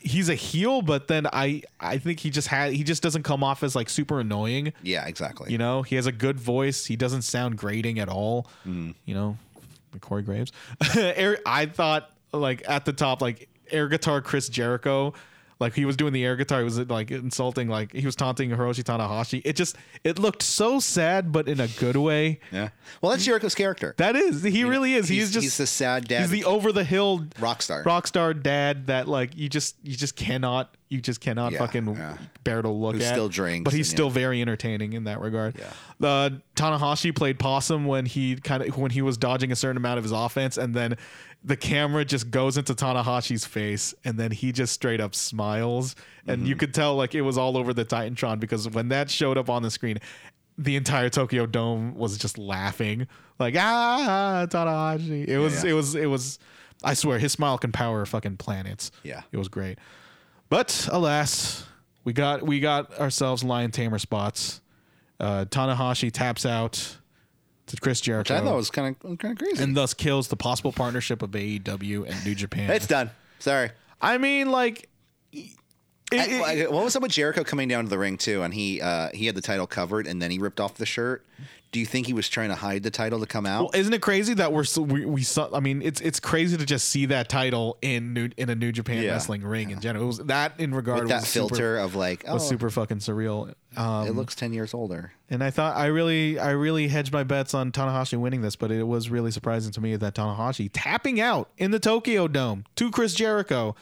he's a heel, but then I I think he just had he just doesn't come off as like super annoying. yeah, exactly. You know, he has a good voice. He doesn't sound grating at all. Mm. You know, like Corey Graves. <laughs> air, I thought like at the top like air guitar Chris Jericho. Like he was doing the air guitar, he was like insulting, like he was taunting Hiroshi Tanahashi. It just it looked so sad, but in a good way. yeah. Well, that's Jericho's character. That is, he really is. He's, he's- just he's the sad dad He's the over the hill rock star. rock star dad that like you just you just cannot you just cannot Yeah, fucking yeah. bear to look Who at. still drinks but he's and, still very entertaining in that regard. Yeah. Uh, Tanahashi played possum when he kind of when he was dodging a certain amount of his offense, and then the camera just goes into Tanahashi's face, and then he just straight up smiles, and Mm-hmm. you could tell like it was all over the Titantron because when that showed up on the screen. The entire Tokyo Dome was just laughing, like ah, Tanahashi. It was, yeah. it was, it was. I swear, his smile can power fucking planets. Yeah. it was great. But alas, we got we got ourselves lion tamer spots. Uh, Tanahashi taps out to Chris Jericho, Which I thought was kind of kind of crazy. and thus kills the possible partnership of AEW and New Japan. it's done. Sorry. I mean, like, e, it- I- it- I- what was up with Jericho coming down to the ring too? And he uh, he had the title covered, and then he ripped off the shirt. Do you think he was trying to hide the title to come out? Well, isn't it crazy that we're so, we we saw? I mean, it's it's crazy to just see that title in new in a New Japan Yeah. wrestling ring in general. It was that in regard With that was super- filter of like, oh, was super fucking surreal. Um, it looks ten years older. And I thought I really I really hedged my bets on Tanahashi winning this, but it was really surprising to me that Tanahashi tapping out in the Tokyo Dome to Chris Jericho.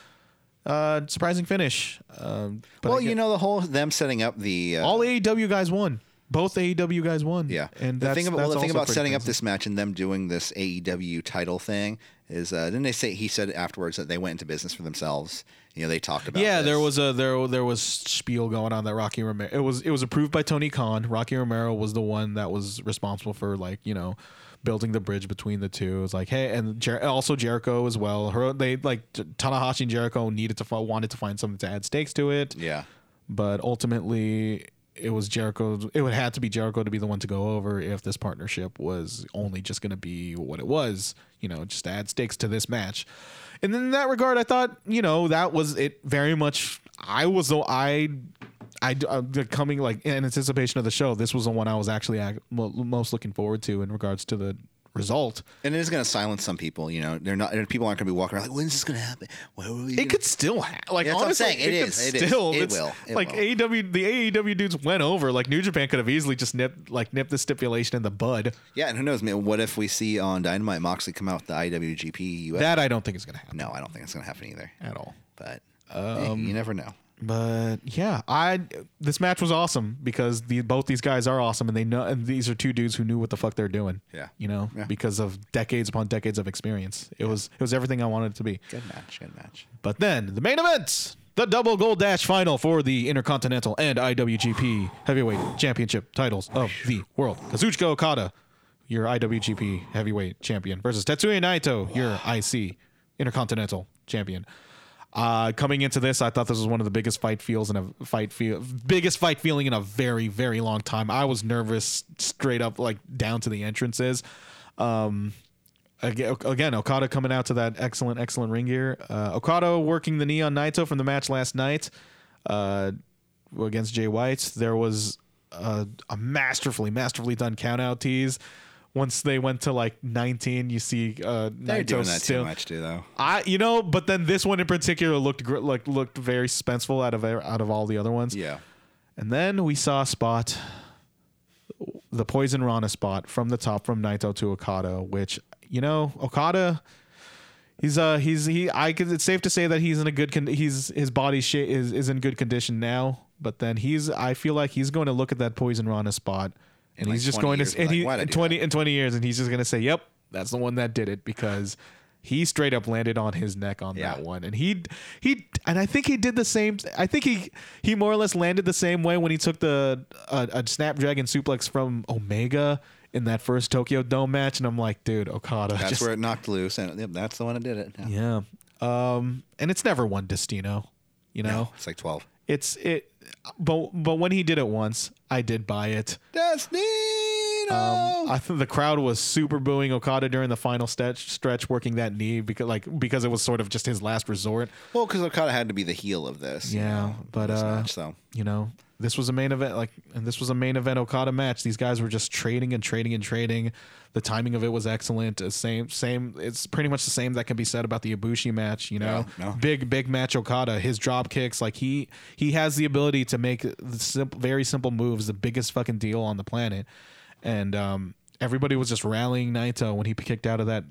Uh, surprising finish. Um, but Well, I get- you know the whole them setting up the uh, all AEW guys won. Both AEW guys won. yeah, and the that's, thing about that's well, the thing also about pretty setting up crazy. this match and them doing this AEW title thing is uh, didn't they say he said afterwards that they went into business for themselves? You know, they talked about Yeah, this. there was a there there was spiel going on that Rocky Romero. It was it was approved by Tony Khan. Rocky Romero was the one that was responsible for like you know building the bridge between the two. It was like hey, and Jer- also Jericho as well. Her, they like T- Tanahashi and Jericho needed to fi- wanted to find something to add stakes to it, yeah. but ultimately it was Jericho. It would have to be Jericho to be the one to go over if this partnership was only just going to be what it was. You know, just to add stakes to this match. And in that regard, I thought you know that was it. Very much, I was the I. I uh, coming like in anticipation of the show. This was the one I was actually ac- mo- most looking forward to in regards to the result. And it is going to silence some people. You know, they're not. People aren't going to be walking around like, "When's this going to happen? Where were we?" It could still happen. Like Yeah, that's what I'm honestly, saying. It it could is. It is. still. It it's- will. It like will. AEW, the AEW dudes went over. Like New Japan could have easily just nipped like nipped the stipulation in the bud. Yeah, and who knows? Man, what if we see on Dynamite Moxley come out with the IWGP US? That I don't think is gonna happen no, I don't think it's going to happen either. at all. But hey, Um, you never know. But yeah, I this match was awesome because the both these guys are awesome and they know and these are two dudes who knew what the fuck they're doing. Yeah. you know, Yeah. because of decades upon decades of experience. It was it was everything I wanted it to be. Good match. Good match. But then the main event, the double gold dash final for the Intercontinental and IWGP Heavyweight Championship titles of the world. Kazuchika Okada, your IWGP Heavyweight Champion, versus Tetsuya Naito, your IC Intercontinental Champion. Uh, coming into this, I thought this was one of the biggest fight feels in a fight feel, biggest fight feeling in a very, very long time. I was nervous straight up, like down to the entrances. Um, Aga- again, Okada coming out to that excellent, excellent ring gear. Uh, Okada working the knee on Naito from the match last night uh, against Jay White. There was a, a masterfully, masterfully done count out tease. Once they went to like 19, you see uh, They're Naito doing that still. too much, too, though. I you know, but then this one in particular looked gr- like looked very suspenseful out of out of all the other ones. Yeah. And then we saw a spot, the Poison Rana spot from the top from Naito to Okada, which you know Okada. He's uh he's he I could it's safe to say that he's in a good con- he's his body sh- is is in good condition now but then he's I feel like he's going to look at that poison Rana spot and like he's just 20 going years, to and like, he why'd I in do 20 in 20 years and he's just going to say yep that's the one that did it because he straight up landed on his neck on that Yeah. one and he he and I think he did the same I think he he more or less landed the same way when he took the uh, a snapdragon suplex from Omega in that first Tokyo Dome match and I'm like dude Okada That's <laughs> just where it knocked loose, and yep, that's the one that did it. Yeah. <laughs> yeah. Um, and it's never one Destino, you know. It's like 12. It's it, but but when he did it once, I did buy it. Destino! Um, I think the crowd was super booing Okada during the final stretch, stretch working that knee because like because it was sort of just his last resort. well, because Okada had to be the heel of this. you Yeah, know, but, this uh, match, so. You know, this was a main event like, and this was a main event Okada match. These guys were just trading and trading and trading. The timing of it was excellent. Uh, Same same. It's pretty much the same that can be said about the Ibushi match. You know, Yeah, no. big big match Okada. His drop kicks like he he has the ability to make the simple, very simple moves the biggest fucking deal on the planet, and um. Everybody was just rallying Naito when he kicked out of that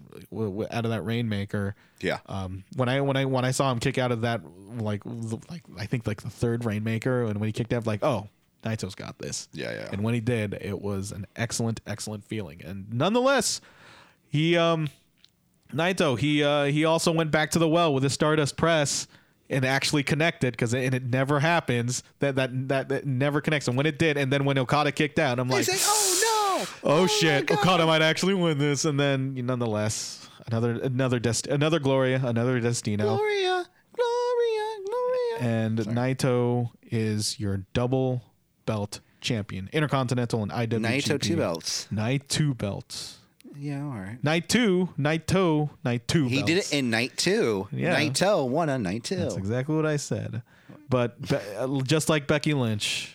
out of that rainmaker. Yeah. Um, when I when I when I saw him kick out of that like like I think like the third rainmaker and when he kicked out like oh Naito's got this Yeah, yeah. and when he did it was an excellent excellent feeling and nonetheless he um Naito he uh he also went back to the well with his Stardust press and actually connected because and it never happens that, that that that never connects and when it did and then when Okada kicked out I'm like He's like, oh, no! oh, my shit, God." Okada might actually win this, and then nonetheless, another another dest- another Gloria, another Destino, Gloria! Gloria! Gloria! and Naito is your double belt champion, Intercontinental and IWGP. Naito two belts. Night two belts. Yeah, all right. Night two. Night two. Night two. He did it in night two. Yeah. Naito won on night two. That's exactly what I said. But be- uh, just like Becky Lynch,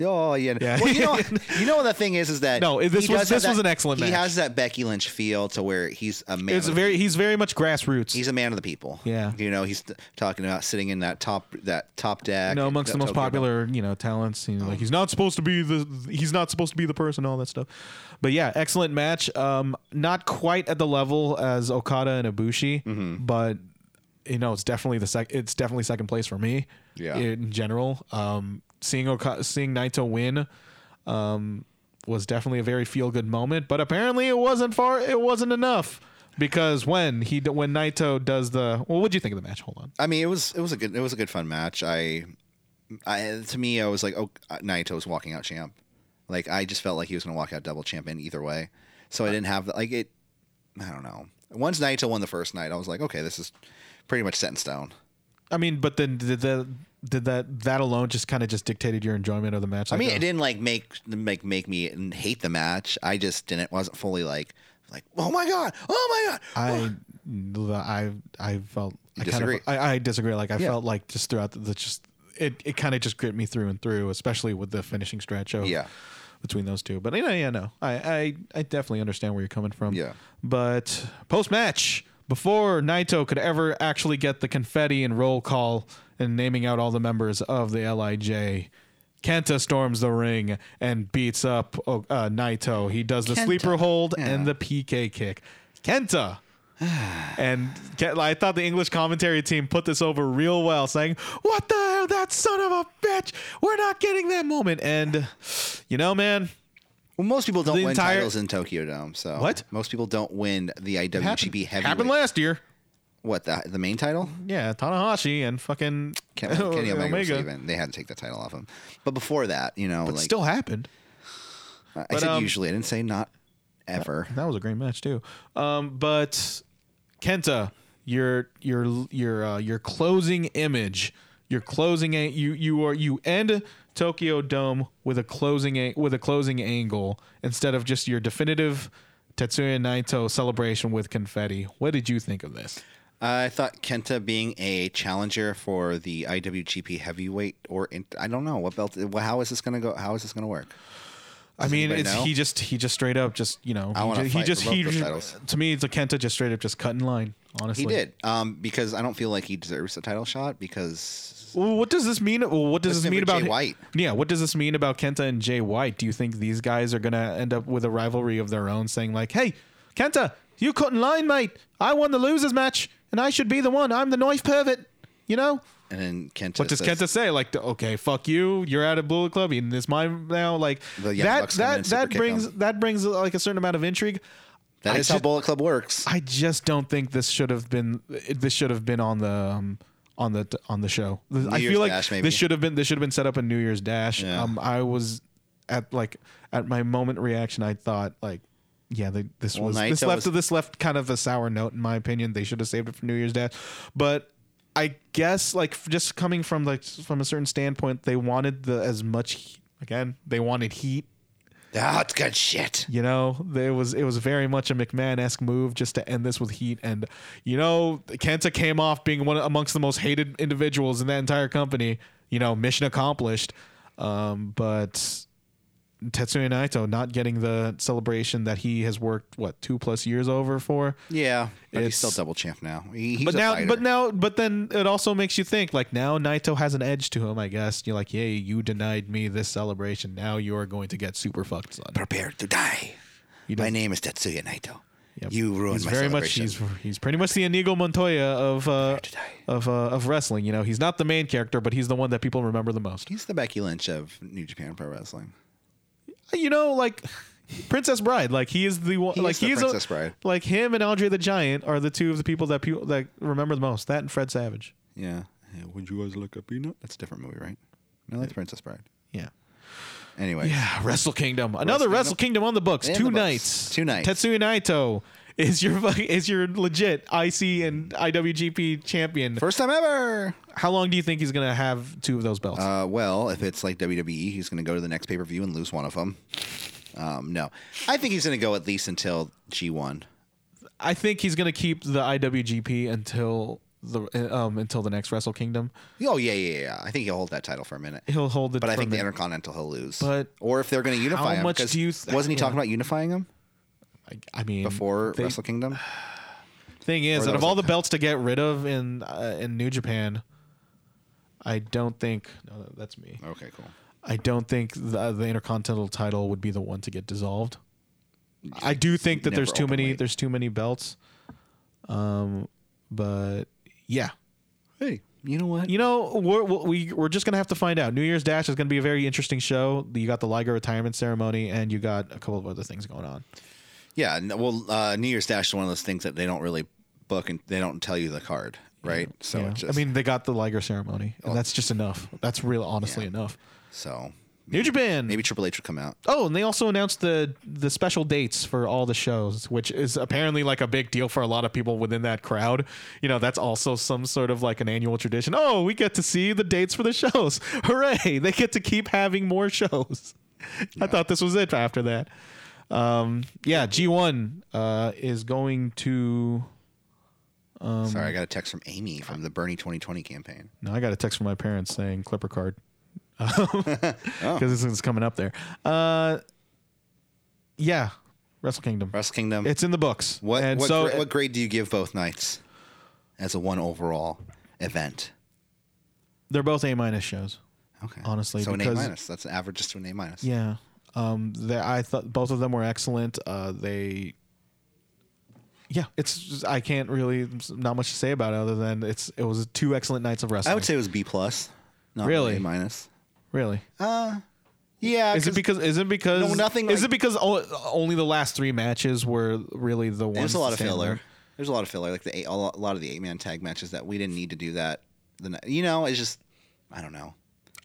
Oh yeah. Yeah. Well, you <laughs> know, you know what the thing is is that No, this he does was- have this was an excellent He match. has that Becky Lynch feel to where he's a man. it's of the very he's very much grassroots. He's a man of the people. Yeah. You know, he's t- talking about sitting in that top that top deck. you know, amongst the that most Tokyo Dome. popular, you know, talents. You know, like he's not supposed to be the he's not supposed to be the person, all that stuff. But yeah, excellent match. Um, not quite at the level as Okada and Ibushi, but you know, it's definitely the sec. It's definitely second place for me. Yeah. in general, um, seeing Oka- seeing Naito win, um, was definitely a very feel good moment. But apparently, it wasn't far. It wasn't enough. Because when he d- when Naito does the well, what would you think of the match? Hold on. I mean, it was it was a good it was a good fun match. I, I to me, I was like, oh, Naito's walking out champ. Like I just felt like he was going to walk out double champ in either way. So I didn't have like it. I don't know. Once Naito won the first night, I was like, okay, this is pretty much set in stone. I mean, but then did that did that that alone just kind of just dictated your enjoyment of the match? I Like, mean, uh, it didn't like make make make me hate the match. I just didn't wasn't fully like like oh my god, oh my god. I I I felt I disagree. Kind of, I, I disagree. Like I Yeah. felt like just throughout the, the just it it kind of just gripped me through and through, especially with the finishing stretch of Yeah. between those two. But yeah, yeah, no, I I, I definitely understand where you're coming from. Yeah. But post match, before Naito could ever actually get the confetti and roll call and naming out all the members of the Lij. Kenta storms the ring and beats up oh, uh, Naito. He does the Kenta. sleeper hold Yeah. and the PK kick. <sighs> Kenta and get, I thought the English commentary team put this over real well, saying, "What the hell, that son of a bitch! We're not getting that moment." And you know, man, Well, most people don't The win entire- titles in Tokyo Dome. So What? Most people don't win the IWGP happened, heavyweight. happened last year. what the the main title? Yeah, Tanahashi and fucking Ken- <laughs> Kenny Omega, was Omega. even. They had to take the title off him. But before that, you know, like still happened. I but, said um, usually. I didn't say not ever. That was a great match too. Um, but Kenta, your your your uh, your closing image, your closing a- you you are you end Tokyo Dome with a closing a- with a closing angle instead of just your definitive Tetsuya Naito celebration with confetti. What did you think of this? I thought Kenta being a challenger for the IWGP heavyweight or in, I don't know what belt. well, How is this gonna go? How is this gonna work? I mean, anybody it's know? he just he just straight up just you know wanna he, ju- he fight just for both he those ju- titles. to me it's a Kenta just straight up just cut in line. Honestly, He did um, because I don't feel like he deserves a title shot because Well, what does this mean? Well, what does Let's this name mean it about Jay White. Yeah, what does this mean about Kenta and Jay White? Do you think these guys are gonna end up with a rivalry of their own, saying like, "Hey, Kenta, you cut in line, mate. I won the losers match, and I should be the one. I'm the knife pervert." You know, and then Kenta. what does says- Kenta say? Like, okay, fuck you. You're out of Bullet Club, and it's mine now. Like The Young that, Bucks come in that, and that superkick brings him. that brings like a certain amount of intrigue. That I is how just- Ah, Bullet Club works. I just don't think this should have been this should have been on the um, on the on the show. I Year's feel like Dash, maybe. this should have been this should have been set up in New Year's Dash. Yeah. Um, I was at like at my moment reaction. I thought like, yeah, they, this Well, was Naito this left was- to this left kind of a sour note in my opinion. They should have saved it for New Year's Dash, but. I guess, like, f- just coming from like s- from a certain standpoint, they wanted the as much he- again. They wanted heat That's good shit. you know, it was it was very much a McMahon-esque move just to end this with heat, and you know, Kenta came off being one amongst the most hated individuals in that entire company. You know, mission accomplished. Um, but Tetsuya Naito not getting the celebration that he has worked what two plus years over for. Yeah, but he's It's- still double champ now. He, he's But a now, fighter. but now, but then it also makes you think like now Naito has an edge to him, I guess. You're like, hey, you denied me this celebration. Now you are going to get super fucked, son. prepare to die. He My does- name is Tetsuya Naito. Yep. You ruined he's my very much celebration. he's he's pretty much the Inigo Montoya of uh, to die. of uh, of wrestling. You know, he's not the main character, but he's the one that people remember the most. He's the Becky Lynch of New Japan Pro Wrestling. You know, like Princess Bride, like he is the one, He like is the he's Princess Bride. Like him and Andre the Giant are the two of the people that people that remember the most. That and Fred Savage. Yeah. Yeah, Would you guys like a peanut? That's a different movie, right? No, that's Princess Bride. Yeah. Anyway, Yeah, Wrestle Kingdom. Another Wrestle, Wrestle Kingdom on the books. And Two the books. nights. Two nights. Tetsuya Naito is your fuck- is your legit IC and IWGP champion. first time ever. How long do you think he's gonna have two of those belts? Uh, well, if it's like WWE, he's going to go to the next pay per view and lose one of them. Um, no, I think he's going to go at least until G1. I think he's gonna keep the IWGP until the um until the next Wrestle Kingdom. Oh yeah, yeah, yeah. I think he'll hold that title for a minute. He'll hold it. But I for think a the minute. Intercontinental he'll lose. But or if they're going to unify him, much 'cause do you th- wasn't he yeah. talking about unifying him I, I mean, before the Wrestle <sighs> Kingdom? thing is, that out of was all like- the belts to get rid of in uh, in New Japan, I don't think. No, that's me. Okay, cool. I don't think the, the Intercontinental title would be the one to get dissolved. I do think that never there's too many openly. there's too many belts. Um, but yeah, Hey, you know what? You know, we're, we we're just gonna have to find out. New Year's Dash is gonna be a very interesting show. You got the Liger retirement ceremony, and you got a couple of other things going on. Yeah, no, well, uh, New Year's Dash is one of those things that they don't really book and they don't tell you the card, right? So Yeah. Oh. it just, I mean, they got the Liger ceremony, and that's just enough. That's real, honestly, enough. so New Japan. Maybe Triple H will come out. Oh, and they also announced the the special dates for all the shows, which is apparently like a big deal for a lot of people within that crowd. You know, that's also some sort of like an annual tradition. Oh, we get to see the dates for the shows. <laughs> Hooray! They get to keep having more shows. <laughs> I thought this was it after that. Um, yeah, G1 uh, is going to. Um, Sorry, I got a text from Amy from the Bernie 2020 campaign. No, I got a text from my parents saying Clipper card <laughs> because this is coming up there. Uh, yeah, Wrestle Kingdom. Wrestle Kingdom. It's in the books. what And what, so gra- what grade do you give both nights as a one overall event? they're both A minus shows. Okay. Honestly, so an A because- minus. That's an average just to an A minus. Yeah. Um, they, I thought both of them were excellent. Uh, they. Yeah, it's just- I can't really not much to say about it other than it's it was two excellent nights of wrestling. I would say it was B plus. Not Really? A minus. really. Yeah. Is it because? Is it because? No, nothing Is like- it because o- only the last three matches were really the ones? There's a lot to of stand filler. out? There's a lot of filler, like the eight, a lo- a lot of the eight man tag matches that we didn't need to do that. The ni- you know, it's just I don't know.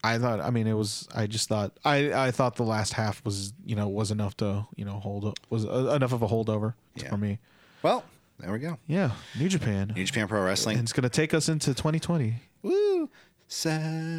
I thought. I mean, it was. I just thought. I I thought the last half was you know was enough to you know hold up was uh, enough of a holdover Yeah. for me. Well, there we go. Yeah, New Japan. New Japan Pro and Wrestling. it's gonna take us into 2020. Woo!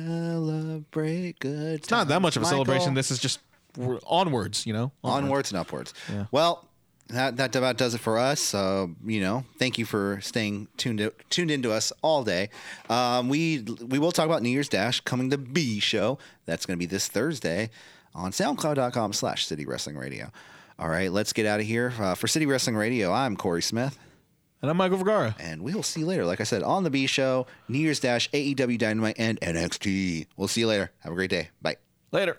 Celebrate good. It's not that much of a celebration. This This is just we're onwards, you know. onwards and upwards. Well. That, that about does it for us. Uh, you know, thank you for staying tuned to, tuned into us all day. Um, we we will talk about New Year's Dash coming to B show. That's going to be this Thursday on SoundCloud.com slash City Wrestling Radio. All right, let's get out of here uh, for City Wrestling Radio. I'm Corey Smith. And I'm Michael Vergara. And we will see you later. Like I said, on the B E Show, New Year's Dash, AEW Dynamite, and NXT. We'll see you later. Have a great day. Bye. Later.